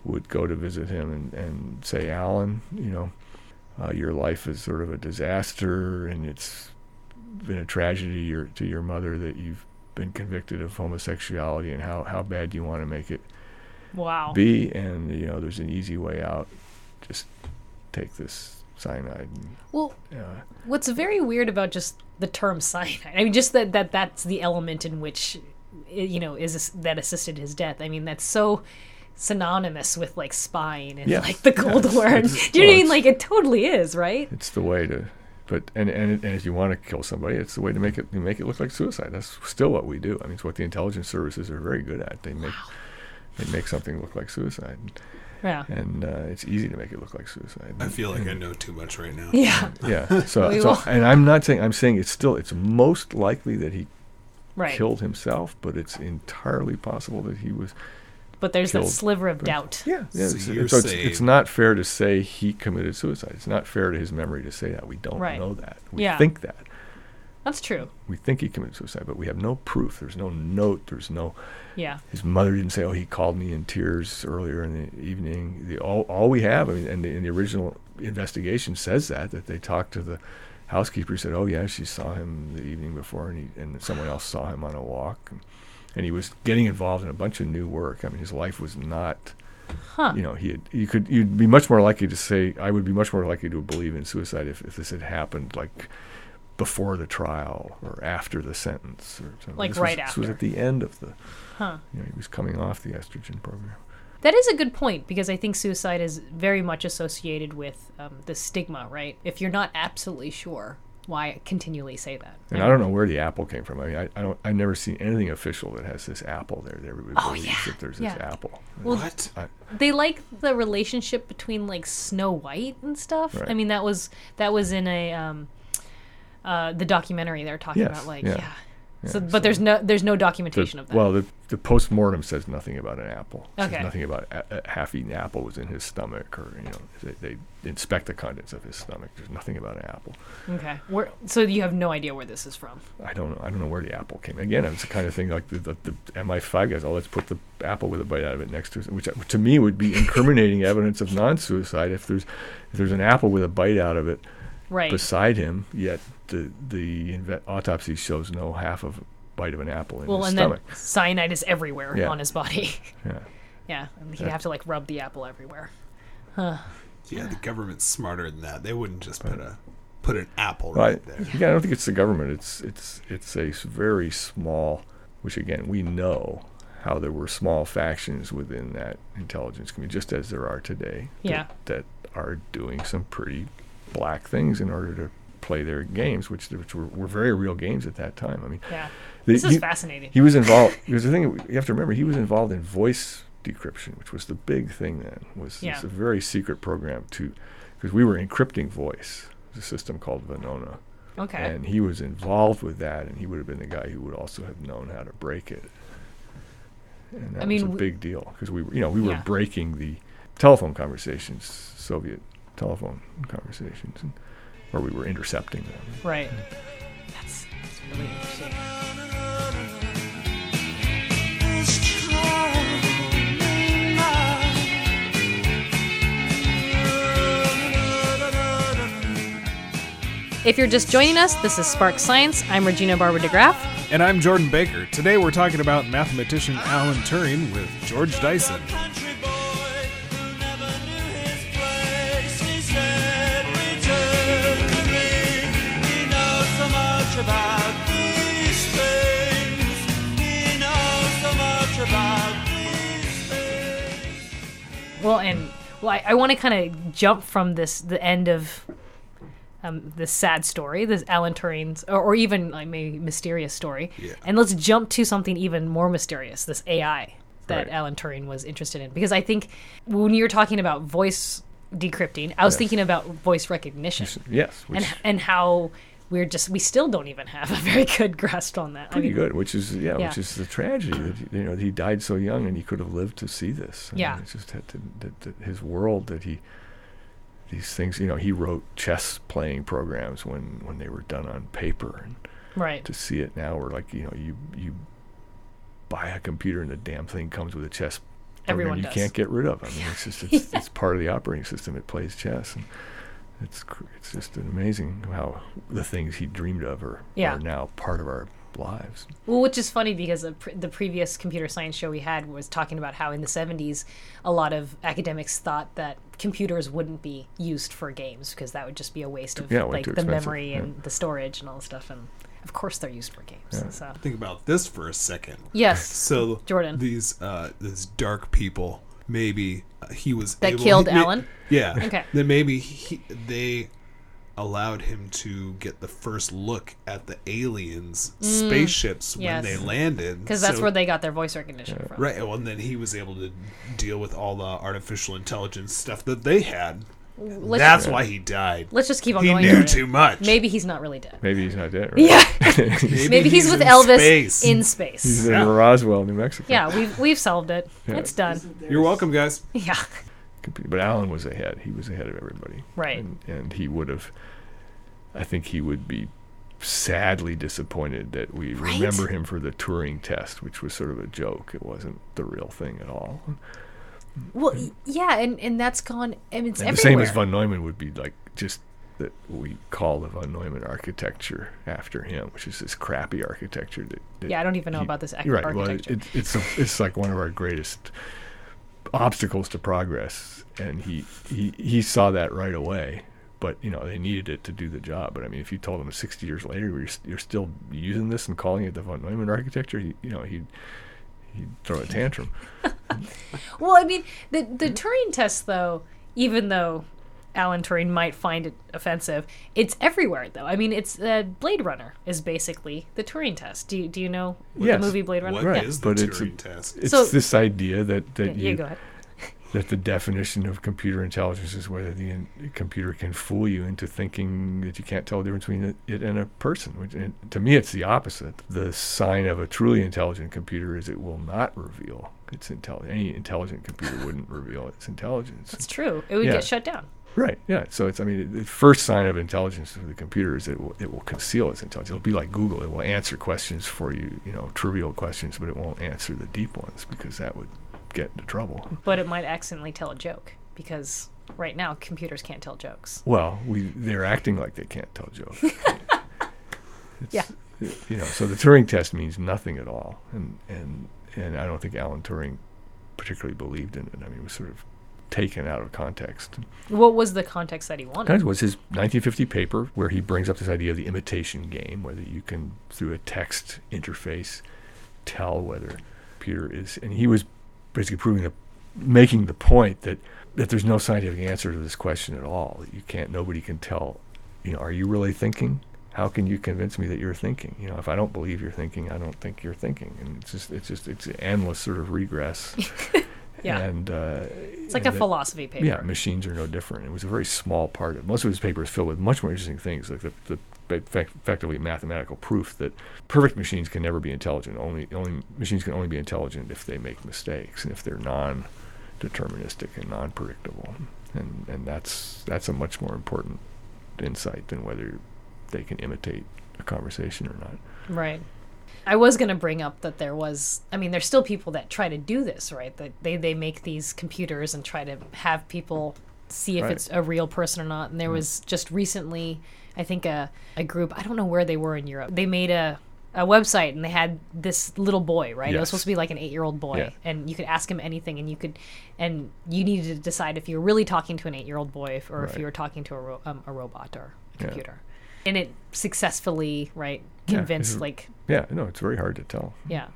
Speaker 5: would go to visit him and, and say, Alan, you know, uh, your life is sort of a disaster and it's been a tragedy to your, to your mother that you've been convicted of homosexuality and how, how bad you want to make it
Speaker 4: Wow.
Speaker 5: be. And, you know, there's an easy way out. Just take this cyanide. And,
Speaker 4: Well,
Speaker 5: uh,
Speaker 4: what's very weird about just the term cyanide i mean just that, that that's the element in which i- you know is that assisted his death i mean that's so synonymous with like spying and
Speaker 5: Yeah.
Speaker 4: like the
Speaker 5: Yeah,
Speaker 4: cold
Speaker 5: it's-
Speaker 4: war
Speaker 5: it's-
Speaker 4: do you know what i
Speaker 5: well,
Speaker 4: mean
Speaker 5: it's-
Speaker 4: like it totally is right
Speaker 5: it's the way to but and, and and if you want to kill somebody it's the way to make it to make it look like suicide that's still what we do i mean it's what the intelligence services are very good at they make they make something look like suicide
Speaker 4: yeah
Speaker 5: and uh, it's easy to make it look like suicide
Speaker 3: I feel like I
Speaker 5: Mm-hmm.
Speaker 3: know too much right now.
Speaker 4: yeah
Speaker 5: yeah so,
Speaker 4: We
Speaker 5: so
Speaker 4: will-
Speaker 5: and i'm not saying i'm saying it's still it's most likely that he
Speaker 4: right
Speaker 5: killed himself but it's entirely possible that he was
Speaker 4: but there's that
Speaker 5: killed.
Speaker 4: sliver of doubt
Speaker 5: yeah, yeah
Speaker 3: So
Speaker 5: it's,
Speaker 3: you're
Speaker 5: so it's, it's
Speaker 3: saying-
Speaker 5: not fair to say he committed suicide it's not fair to his memory to say that we don't
Speaker 4: Right.
Speaker 5: know that we
Speaker 4: Yeah.
Speaker 5: think that
Speaker 4: that's true
Speaker 5: we think he committed suicide, but we have no proof. There's no note. There's no.
Speaker 4: yeah
Speaker 5: His mother didn't say, "Oh, he called me in tears earlier in the evening." The, all, all we have, I mean, and the, and the original investigation says that that they talked to the housekeeper. who Said, "Oh, yeah, she saw him the evening before, and he, and someone else saw him on a walk." And, and he was getting involved in a bunch of new work. I mean, his life was not. You know, he had, you could you'd be much more likely to say I would be much more likely to believe in suicide if, if this had happened like before the trial or after the sentence or something.
Speaker 4: Like
Speaker 5: This
Speaker 4: right
Speaker 5: was, This was
Speaker 4: after.
Speaker 5: at the end of the.
Speaker 4: Huh.
Speaker 5: You know, he was coming off the estrogen program.
Speaker 4: That is a good point because I think suicide is very much associated with um, the stigma, right? If you're not absolutely sure, why continually say that?
Speaker 5: And I don't know where the apple came from. I mean, I, I don't. I've never seen anything official that has this apple there. That everybody believes
Speaker 4: Oh, yeah,
Speaker 5: that there's this
Speaker 4: yeah.
Speaker 5: apple.
Speaker 3: What?
Speaker 4: they like the relationship between like Snow White and stuff.
Speaker 5: Right.
Speaker 4: I mean, that was that was in a um, uh, the documentary they're talking
Speaker 5: Yes,
Speaker 4: about, like yeah.
Speaker 5: yeah.
Speaker 4: so, but there's no there's no documentation of that.
Speaker 5: well, the the post mortem says nothing about an apple. It
Speaker 4: Okay.
Speaker 5: Says nothing about a, a half eaten apple was in his stomach, or you know, they, they inspect the contents of his stomach. There's nothing about an apple.
Speaker 4: okay, where, so you have no idea where this is from.
Speaker 5: I don't know. I don't know where the apple came. Again, it's the kind of thing like the, the, the MI5 guys. Oh, let's put the apple with a bite out of it next to it, which to me would be incriminating evidence of non-suicide. If there's if there's an apple with a bite out of it
Speaker 4: Right.
Speaker 5: beside him, yet the the inve- autopsy shows no half of a bite of an apple in
Speaker 4: well,
Speaker 5: his
Speaker 4: and
Speaker 5: stomach.
Speaker 4: then cyanide is everywhere
Speaker 5: Yeah.
Speaker 4: on his body.
Speaker 5: Yeah.
Speaker 4: yeah, and he'd have to like rub the apple everywhere.
Speaker 3: Yeah, the government's smarter than that. They wouldn't just put a put an apple
Speaker 5: Well, I-
Speaker 3: right there.
Speaker 5: Again, I don't think it's the government. It's it's it's a s- very small, which again we know how there were small factions within that intelligence community, just as there are today.
Speaker 4: Yeah.
Speaker 5: That, that are doing some pretty black things in order to play their games, which which were, were very real games at that time. I mean,
Speaker 4: Yeah.
Speaker 5: the-
Speaker 4: This is
Speaker 5: he-
Speaker 4: fascinating.
Speaker 5: He was involved because the thing you have to remember, he was involved in voice decryption, which was the big thing then. Was
Speaker 4: Yeah.
Speaker 5: it's a very secret program to because we were encrypting voice. It was a system called Venona.
Speaker 4: Okay.
Speaker 5: And he was involved with that, and he would have been the guy who would also have known how to break it. And that
Speaker 4: mean,
Speaker 5: was a
Speaker 4: w-
Speaker 5: big deal because we were, you know, we were
Speaker 4: Yeah.
Speaker 5: breaking the telephone conversations, Soviet telephone conversations, and, or we were intercepting them.
Speaker 4: right. That's, that's really interesting. If you're just joining us, this is Spark Science. I'm Regina Barber DeGraff.
Speaker 3: And I'm Jordan Baker. Today we're talking about mathematician Alan Turing with George Dyson.
Speaker 1: Country boy who never knew his place. He said, "Return to me." He knows so much about these things. He knows so much about these things.
Speaker 4: Well, and well, I, I want to kind of jump from this the end of um, this sad story, this Alan Turing's, or, or even like maybe mysterious story,
Speaker 3: Yeah.
Speaker 4: and let's jump to something even more mysterious, this AI that
Speaker 5: Right.
Speaker 4: Alan Turing was interested in, because I think when you're talking about voice decrypting, I was
Speaker 5: Yes.
Speaker 4: thinking about voice recognition
Speaker 5: Yes, which
Speaker 4: and and how we're just we still don't even have a very good grasp on that. I
Speaker 5: pretty
Speaker 4: mean,
Speaker 5: good, which is yeah,
Speaker 4: Yeah.
Speaker 5: which is the tragedy that you know he died so young and he could have lived to see this. I mean,
Speaker 4: Yeah.
Speaker 5: it's just that, that, that, that his world that he these things you know he wrote chess playing programs when when they were done on paper and
Speaker 4: right?
Speaker 5: to see it now where like you know you you buy a computer and the damn thing comes with a chess program
Speaker 4: Everyone
Speaker 5: you
Speaker 4: does.
Speaker 5: can't get rid of. I mean it's just it's, it's part of the operating system. It plays chess and It's cr- it's just amazing how the things he dreamed of are,
Speaker 4: Yeah.
Speaker 5: are now part of our lives.
Speaker 4: Well, which is funny because the, pre- the previous computer science show we had was talking about how in the 70s, a lot of academics thought that computers wouldn't be used for games because that would just be a waste of
Speaker 5: Yeah, way
Speaker 4: like
Speaker 5: too
Speaker 4: the
Speaker 5: expensive,
Speaker 4: memory
Speaker 5: yeah.
Speaker 4: and the storage and all this stuff. And of course, they're used for games. So,
Speaker 3: Think about this for a second.
Speaker 4: yes.
Speaker 3: So
Speaker 4: Jordan.
Speaker 3: these uh, these dark people, maybe uh, he was
Speaker 4: That
Speaker 3: able-
Speaker 4: killed
Speaker 3: may-
Speaker 4: Alan?
Speaker 3: Yeah.
Speaker 4: Okay.
Speaker 3: Then maybe he, they allowed him to get the first look at the aliens' spaceships when
Speaker 4: Mm, yes.
Speaker 3: they landed,
Speaker 4: because that's
Speaker 3: So-
Speaker 4: where they got their voice recognition from.
Speaker 3: Right, well, and then he was able to deal with all the artificial intelligence stuff that they had.
Speaker 4: Let's,
Speaker 3: That's why he died.
Speaker 4: let's just keep on
Speaker 3: He
Speaker 4: going.
Speaker 3: knew
Speaker 4: Jordan.
Speaker 3: too much.
Speaker 4: Maybe he's not really dead.
Speaker 5: Maybe he's not dead. Right?
Speaker 4: Yeah. Maybe he's, with
Speaker 3: in
Speaker 4: Elvis
Speaker 3: space.
Speaker 4: in space.
Speaker 5: He's in
Speaker 3: Yeah.
Speaker 5: Roswell, New Mexico.
Speaker 4: yeah, we've, we've solved it. It's done.
Speaker 3: You're welcome, guys.
Speaker 4: Yeah.
Speaker 5: Computer- But Alan was ahead. He was ahead of everybody.
Speaker 4: Right.
Speaker 5: And, and he would have, I think he would be sadly disappointed that we remember him for the Turing test, which was sort of a joke. It wasn't the real thing at all.
Speaker 4: Well, y- yeah, and, and that's gone. And it's
Speaker 5: And the same
Speaker 4: everywhere.
Speaker 5: as von Neumann would be like just that we call the von Neumann architecture after him, which is this crappy architecture that. that
Speaker 4: Yeah, I don't even know
Speaker 5: he-
Speaker 4: about this ac-
Speaker 5: You're right.
Speaker 4: architecture.
Speaker 5: Well, it, it's a, it's like one of our greatest obstacles to progress, and he, he he saw that right away. But you know they needed it to do the job. But I mean, if you told him 60 years later you're, s- you're still using this and calling it the von Neumann architecture, he, you know he'd he'd throw a tantrum.
Speaker 4: Well, I mean, the the Turing test, though, even though Alan Turing might find it offensive, it's everywhere, though. I mean, it's uh, Blade Runner is basically the Turing test. Do you, do you know
Speaker 5: Yes.
Speaker 4: the movie Blade Runner?
Speaker 3: What is the
Speaker 5: Right, but it's a-
Speaker 3: Turing test?
Speaker 5: It's
Speaker 4: So-
Speaker 5: this idea that
Speaker 4: Yeah,
Speaker 5: that
Speaker 4: you, go ahead.
Speaker 5: that the definition of computer intelligence is whether the in- computer can fool you into thinking that you can't tell the difference between it- it and a person. Which, and to me, it's the opposite. The sign of a truly intelligent computer is it will not reveal its intelligence. Any intelligent computer wouldn't reveal its intelligence.
Speaker 4: It's true. It would
Speaker 5: Yeah.
Speaker 4: get shut down.
Speaker 5: Right. Yeah. So it's. I mean, the first sign of intelligence for the computer is that it will, it will conceal its intelligence. It'll be like Google. It will answer questions for you. You know, trivial questions, but it won't answer the deep ones because that would get into trouble.
Speaker 4: But it might accidentally tell a joke because right now computers can't tell jokes.
Speaker 5: Well, we they're acting like they can't tell jokes. It's-
Speaker 4: Yeah.
Speaker 5: You know, so the Turing test means nothing at all, and and and I don't think Alan Turing particularly believed in it. I mean, it was sort of taken out of context.
Speaker 4: What was the context that he wanted?
Speaker 5: That was his 1950 paper where he brings up this idea of the imitation game, whether you can through a text interface tell whether Peter is, and he was basically proving the, making the point that that there's no scientific answer to this question at all. That you can't, nobody can tell. You know, are you really thinking? How can you convince me that you're thinking? You know, if I don't believe you're thinking, I don't think you're thinking, and it's just, it's just, it's an endless sort of regress.
Speaker 4: Yeah.
Speaker 5: and uh,
Speaker 4: It's like a
Speaker 5: that-
Speaker 4: philosophy paper.
Speaker 5: yeah, machines are no different. It was a very small part of most of his paper is filled with much more interesting things, like the, the ba- fac- effectively mathematical proof that perfect machines can never be intelligent. Only only machines can only be intelligent if they make mistakes and if they're non-deterministic and non-predictable. And and that's that's a much more important insight than whether they can imitate a conversation or not.
Speaker 4: Right. I was going to bring up that there was, I mean, there's still people that try to do this, right? That they, they make these computers and try to have people see if
Speaker 5: Right. Mm.
Speaker 4: it's a real person or not. And there was just recently, I think, a, a group, I don't know where they were in Europe, they made a, a website and they had this little boy, right? It was
Speaker 5: Yes.
Speaker 4: supposed to be like an eight year old boy.
Speaker 5: Yeah.
Speaker 4: And you could ask him anything and you could, and you needed to decide if you were really talking to an eight year old boy if, or if
Speaker 5: Right.
Speaker 4: you were talking to a, ro- um, a robot or a
Speaker 5: Yeah.
Speaker 4: computer. And it successfully, right,
Speaker 5: Yeah,
Speaker 4: convinced
Speaker 5: it's-
Speaker 4: like
Speaker 5: Yeah, no, it's very hard to tell.
Speaker 4: yeah.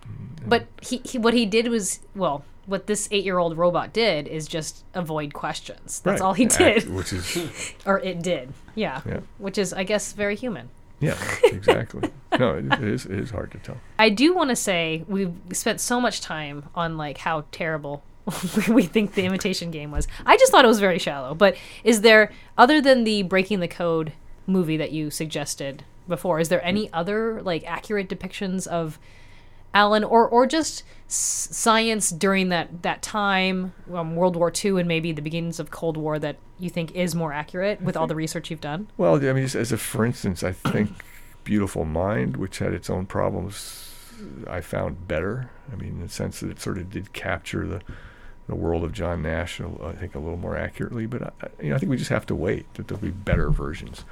Speaker 4: But he, he what he did was well, what this eight year old robot did is just avoid questions. That's
Speaker 5: Right.
Speaker 4: all he
Speaker 5: Act-
Speaker 4: did.
Speaker 5: which is
Speaker 4: or it did. Yeah.
Speaker 5: Yeah.
Speaker 4: Which is I guess very human.
Speaker 5: yeah, exactly. No, it, it is it is hard to tell.
Speaker 4: I do wanna say we've spent so much time on like how terrible we think the imitation game was. I just thought it was very shallow. But is there other than the breaking the code movie that you suggested before, is there any other like accurate depictions of Alan, or or just s- science during that that time, um, World War II, and maybe the beginnings of Cold War that you think is more accurate with all the research you've done.
Speaker 5: Well, I mean, just as a for instance, I think Beautiful Mind, which had its own problems, I found better. I mean, in the sense that it sort of did capture the the world of John Nash, a- I think, a little more accurately. But I, I- you know, I think we just have to wait that there'll be better versions.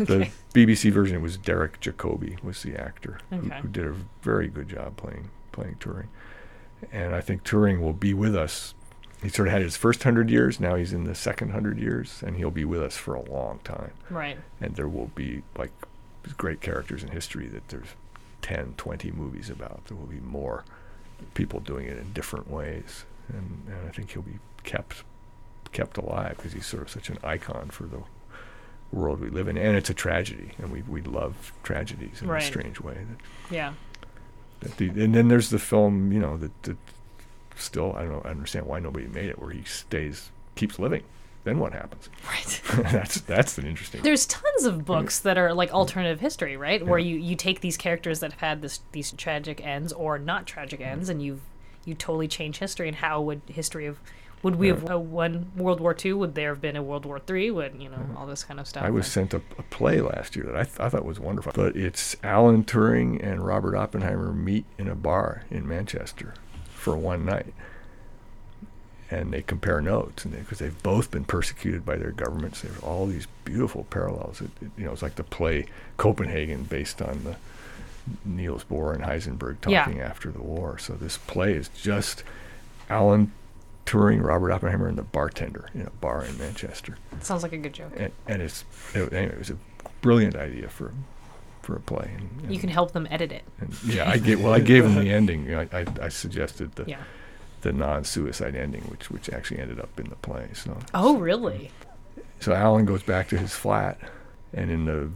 Speaker 4: Okay.
Speaker 5: The BBC version was Derek Jacobi was the actor who,
Speaker 4: Okay.
Speaker 5: who did a very good job playing playing Turing, and I think Turing will be with us. He sort of had his first hundred years. Now he's in the second hundred years, and he'll be with us for a long time
Speaker 4: Right.
Speaker 5: and there will be like great characters in history that there's 10 20 movies about there will be more people doing it in different ways and, and i think he'll be kept kept alive because he's sort of such an icon for the world we live in and it's a tragedy and we, we love tragedies in
Speaker 4: Right.
Speaker 5: a strange way that
Speaker 4: Yeah.
Speaker 5: that the, and then there's the film, you know, that, that still I don't know, I understand why nobody made it, where he stays, keeps living. Then what happens?
Speaker 4: Right.
Speaker 5: that's that's an interesting.
Speaker 4: There's tons of books that are
Speaker 5: Mm-hmm.
Speaker 4: like alternative history, right? Where you, you take these characters that have had this these tragic ends or not tragic
Speaker 5: Mm-hmm.
Speaker 4: ends, and you you totally change history. And how would history of would we have uh, won World War II? Would there have been a World War III? Would you know all this kind of stuff?
Speaker 5: Mm-hmm. I was sent a, a play last year that I, th- I thought was wonderful, but it's Alan Turing and Robert Oppenheimer meet in a bar in Manchester for one night, and they compare notes, and because they've both been persecuted by their governments, there's all these beautiful parallels. It, it- you know, it's like the play Copenhagen based on the Niels Bohr and Heisenberg
Speaker 4: Yeah.
Speaker 5: talking after the war. So this play is just Alan Turing, Robert Oppenheimer, and the bartender in a bar in Manchester
Speaker 4: Sounds like a good joke.
Speaker 5: and, and it's it, anyway, it was a brilliant idea for for a play. And,
Speaker 4: You
Speaker 5: and-
Speaker 4: can help them edit it.
Speaker 5: and- yeah, I get well. I gave him the ending. You know, I, I, I suggested the
Speaker 4: Yeah.
Speaker 5: the non-suicide ending, which which actually ended up in the play. So
Speaker 4: Oh, really?
Speaker 5: so Alan goes back to his flat, and in the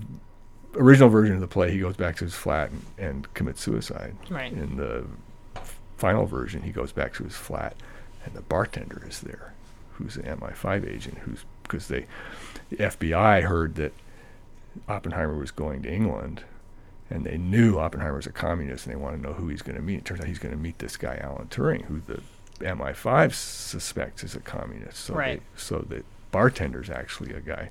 Speaker 5: original version of the play, he goes back to his flat and, and commits suicide.
Speaker 4: Right.
Speaker 5: In the final version, he goes back to his flat, and the bartender is there, who's an MI5 agent, who's because they, the FBI heard that Oppenheimer was going to England, and they knew Oppenheimer's a communist, and they want to know who he's going to meet. It turns out he's going to meet this guy Alan Turing, who the MI5 suspects is a communist. So
Speaker 4: Right.
Speaker 5: They, so the bartender's actually a guy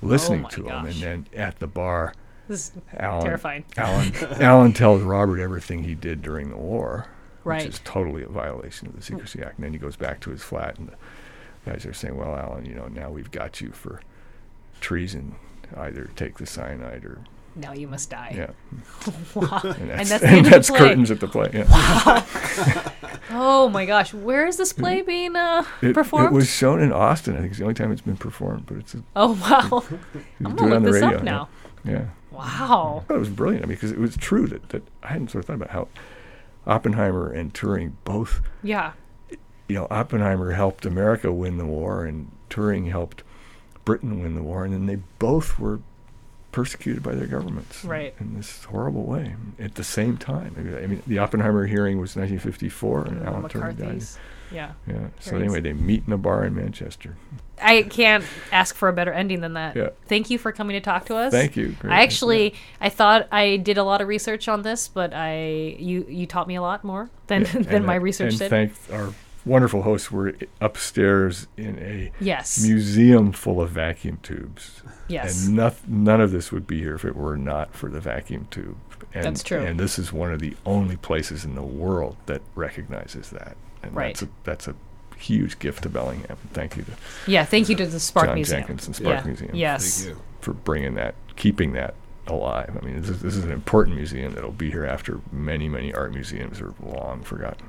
Speaker 5: listening
Speaker 4: Oh my
Speaker 5: to him,
Speaker 4: gosh.
Speaker 5: and then at the bar.
Speaker 4: This is
Speaker 5: Alan,
Speaker 4: terrifying.
Speaker 5: Alan, Alan tells Robert everything he did during the war,
Speaker 4: Right.
Speaker 5: which is totally a violation of the Secrecy Act. And then he goes back to his flat, and the guys are saying, "Well, Alan, you know, now we've got you for treason. Either take the cyanide or
Speaker 4: Now you must die.
Speaker 5: yeah."
Speaker 4: Wow. and
Speaker 5: And that's,
Speaker 4: that's the end of
Speaker 5: that's
Speaker 4: the play.
Speaker 5: curtains at the play. Yeah.
Speaker 4: Oh my gosh, where is this play being uh,
Speaker 5: It,
Speaker 4: performed?
Speaker 5: it was shown in Austin. I think it's the only time it's been performed, but it's a,
Speaker 4: oh wow,
Speaker 5: you
Speaker 4: I'm
Speaker 5: do it
Speaker 4: gonna look
Speaker 5: on the
Speaker 4: this
Speaker 5: radio.
Speaker 4: up now.
Speaker 5: Yeah. yeah.
Speaker 4: Wow.
Speaker 5: thought it was brilliant. I mean, because it was true that, that I hadn't sort of thought about how Oppenheimer and Turing both
Speaker 4: Yeah.
Speaker 5: you know, Oppenheimer helped America win the war, and Turing helped Britain win the war, and then they both were persecuted by their governments,
Speaker 4: Right.
Speaker 5: in this horrible way at the same time. I mean, I mean, the Oppenheimer hearing was 1954, and Alan Turing died.
Speaker 4: McCarthy's. Yeah.
Speaker 5: Yeah. So
Speaker 4: hearings.
Speaker 5: anyway, they meet in a bar in Manchester.
Speaker 4: I can't ask for a better ending than that.
Speaker 5: Yeah.
Speaker 4: Thank you for coming to talk to us.
Speaker 5: Thank you. Great.
Speaker 4: I actually I thought I did a lot of research on this, but I you you taught me a lot more than
Speaker 5: Yeah,
Speaker 4: than
Speaker 5: and
Speaker 4: my
Speaker 5: that-
Speaker 4: research
Speaker 5: and
Speaker 4: did.
Speaker 5: Thank our wonderful hosts were upstairs in a
Speaker 4: yes.
Speaker 5: museum full of vacuum tubes.
Speaker 4: yes.
Speaker 5: And noth- none of this would be here if it were not for the vacuum tube. And,
Speaker 4: That's true.
Speaker 5: And this is one of the only places in the world that recognizes that. And
Speaker 4: Right.
Speaker 5: That's a, that's a huge gift to Bellingham. Thank you to
Speaker 4: yeah, thank you to the Spark
Speaker 5: John
Speaker 4: Museum.
Speaker 5: Jenkins and Spark
Speaker 4: yeah.
Speaker 5: Museum
Speaker 4: Yes.
Speaker 3: Thank you.
Speaker 5: for bringing that, keeping that alive. I mean, this is, this is an important museum that'll be here after many, many art museums are long forgotten.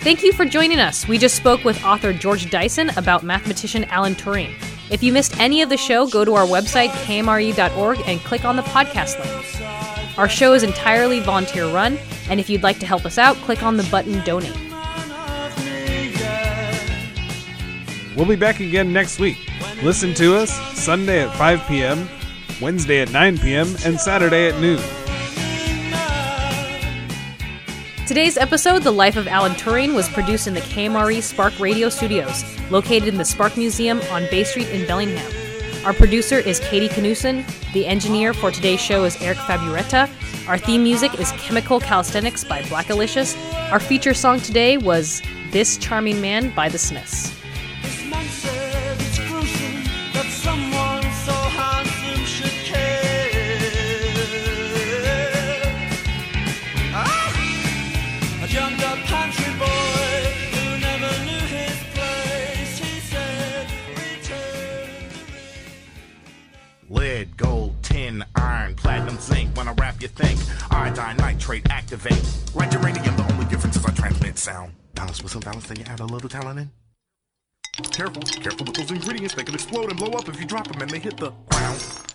Speaker 4: Thank you for joining us. We just spoke with author George Dyson about mathematician Alan Turing. If you missed any of the show, go to our website, kmre.org, and click on the podcast link. Our show is entirely volunteer run, and if you'd like to help us out, click on the button donate.
Speaker 3: We'll be back again next week. Listen to us Sunday at 5 p.m., Wednesday at 9 p.m., and Saturday at noon.
Speaker 4: Today's episode, The Life of Alan Turing, was produced in the KMRE E Spark Radio Studios, located in the Spark Museum on Bay Street in Bellingham. Our producer is Katie Knudsen. The engineer for today's show is Eric Faburetta. Our theme music is Chemical Calisthenics by Blackalicious. Our feature song today was This Charming Man by The Smiths.
Speaker 1: This man said it's gruesome that someone so handsome should care. Ah!
Speaker 2: With some balance, then you add a little talent in. Careful, careful with those ingredients. They can explode and blow up if you drop them and they hit the ground.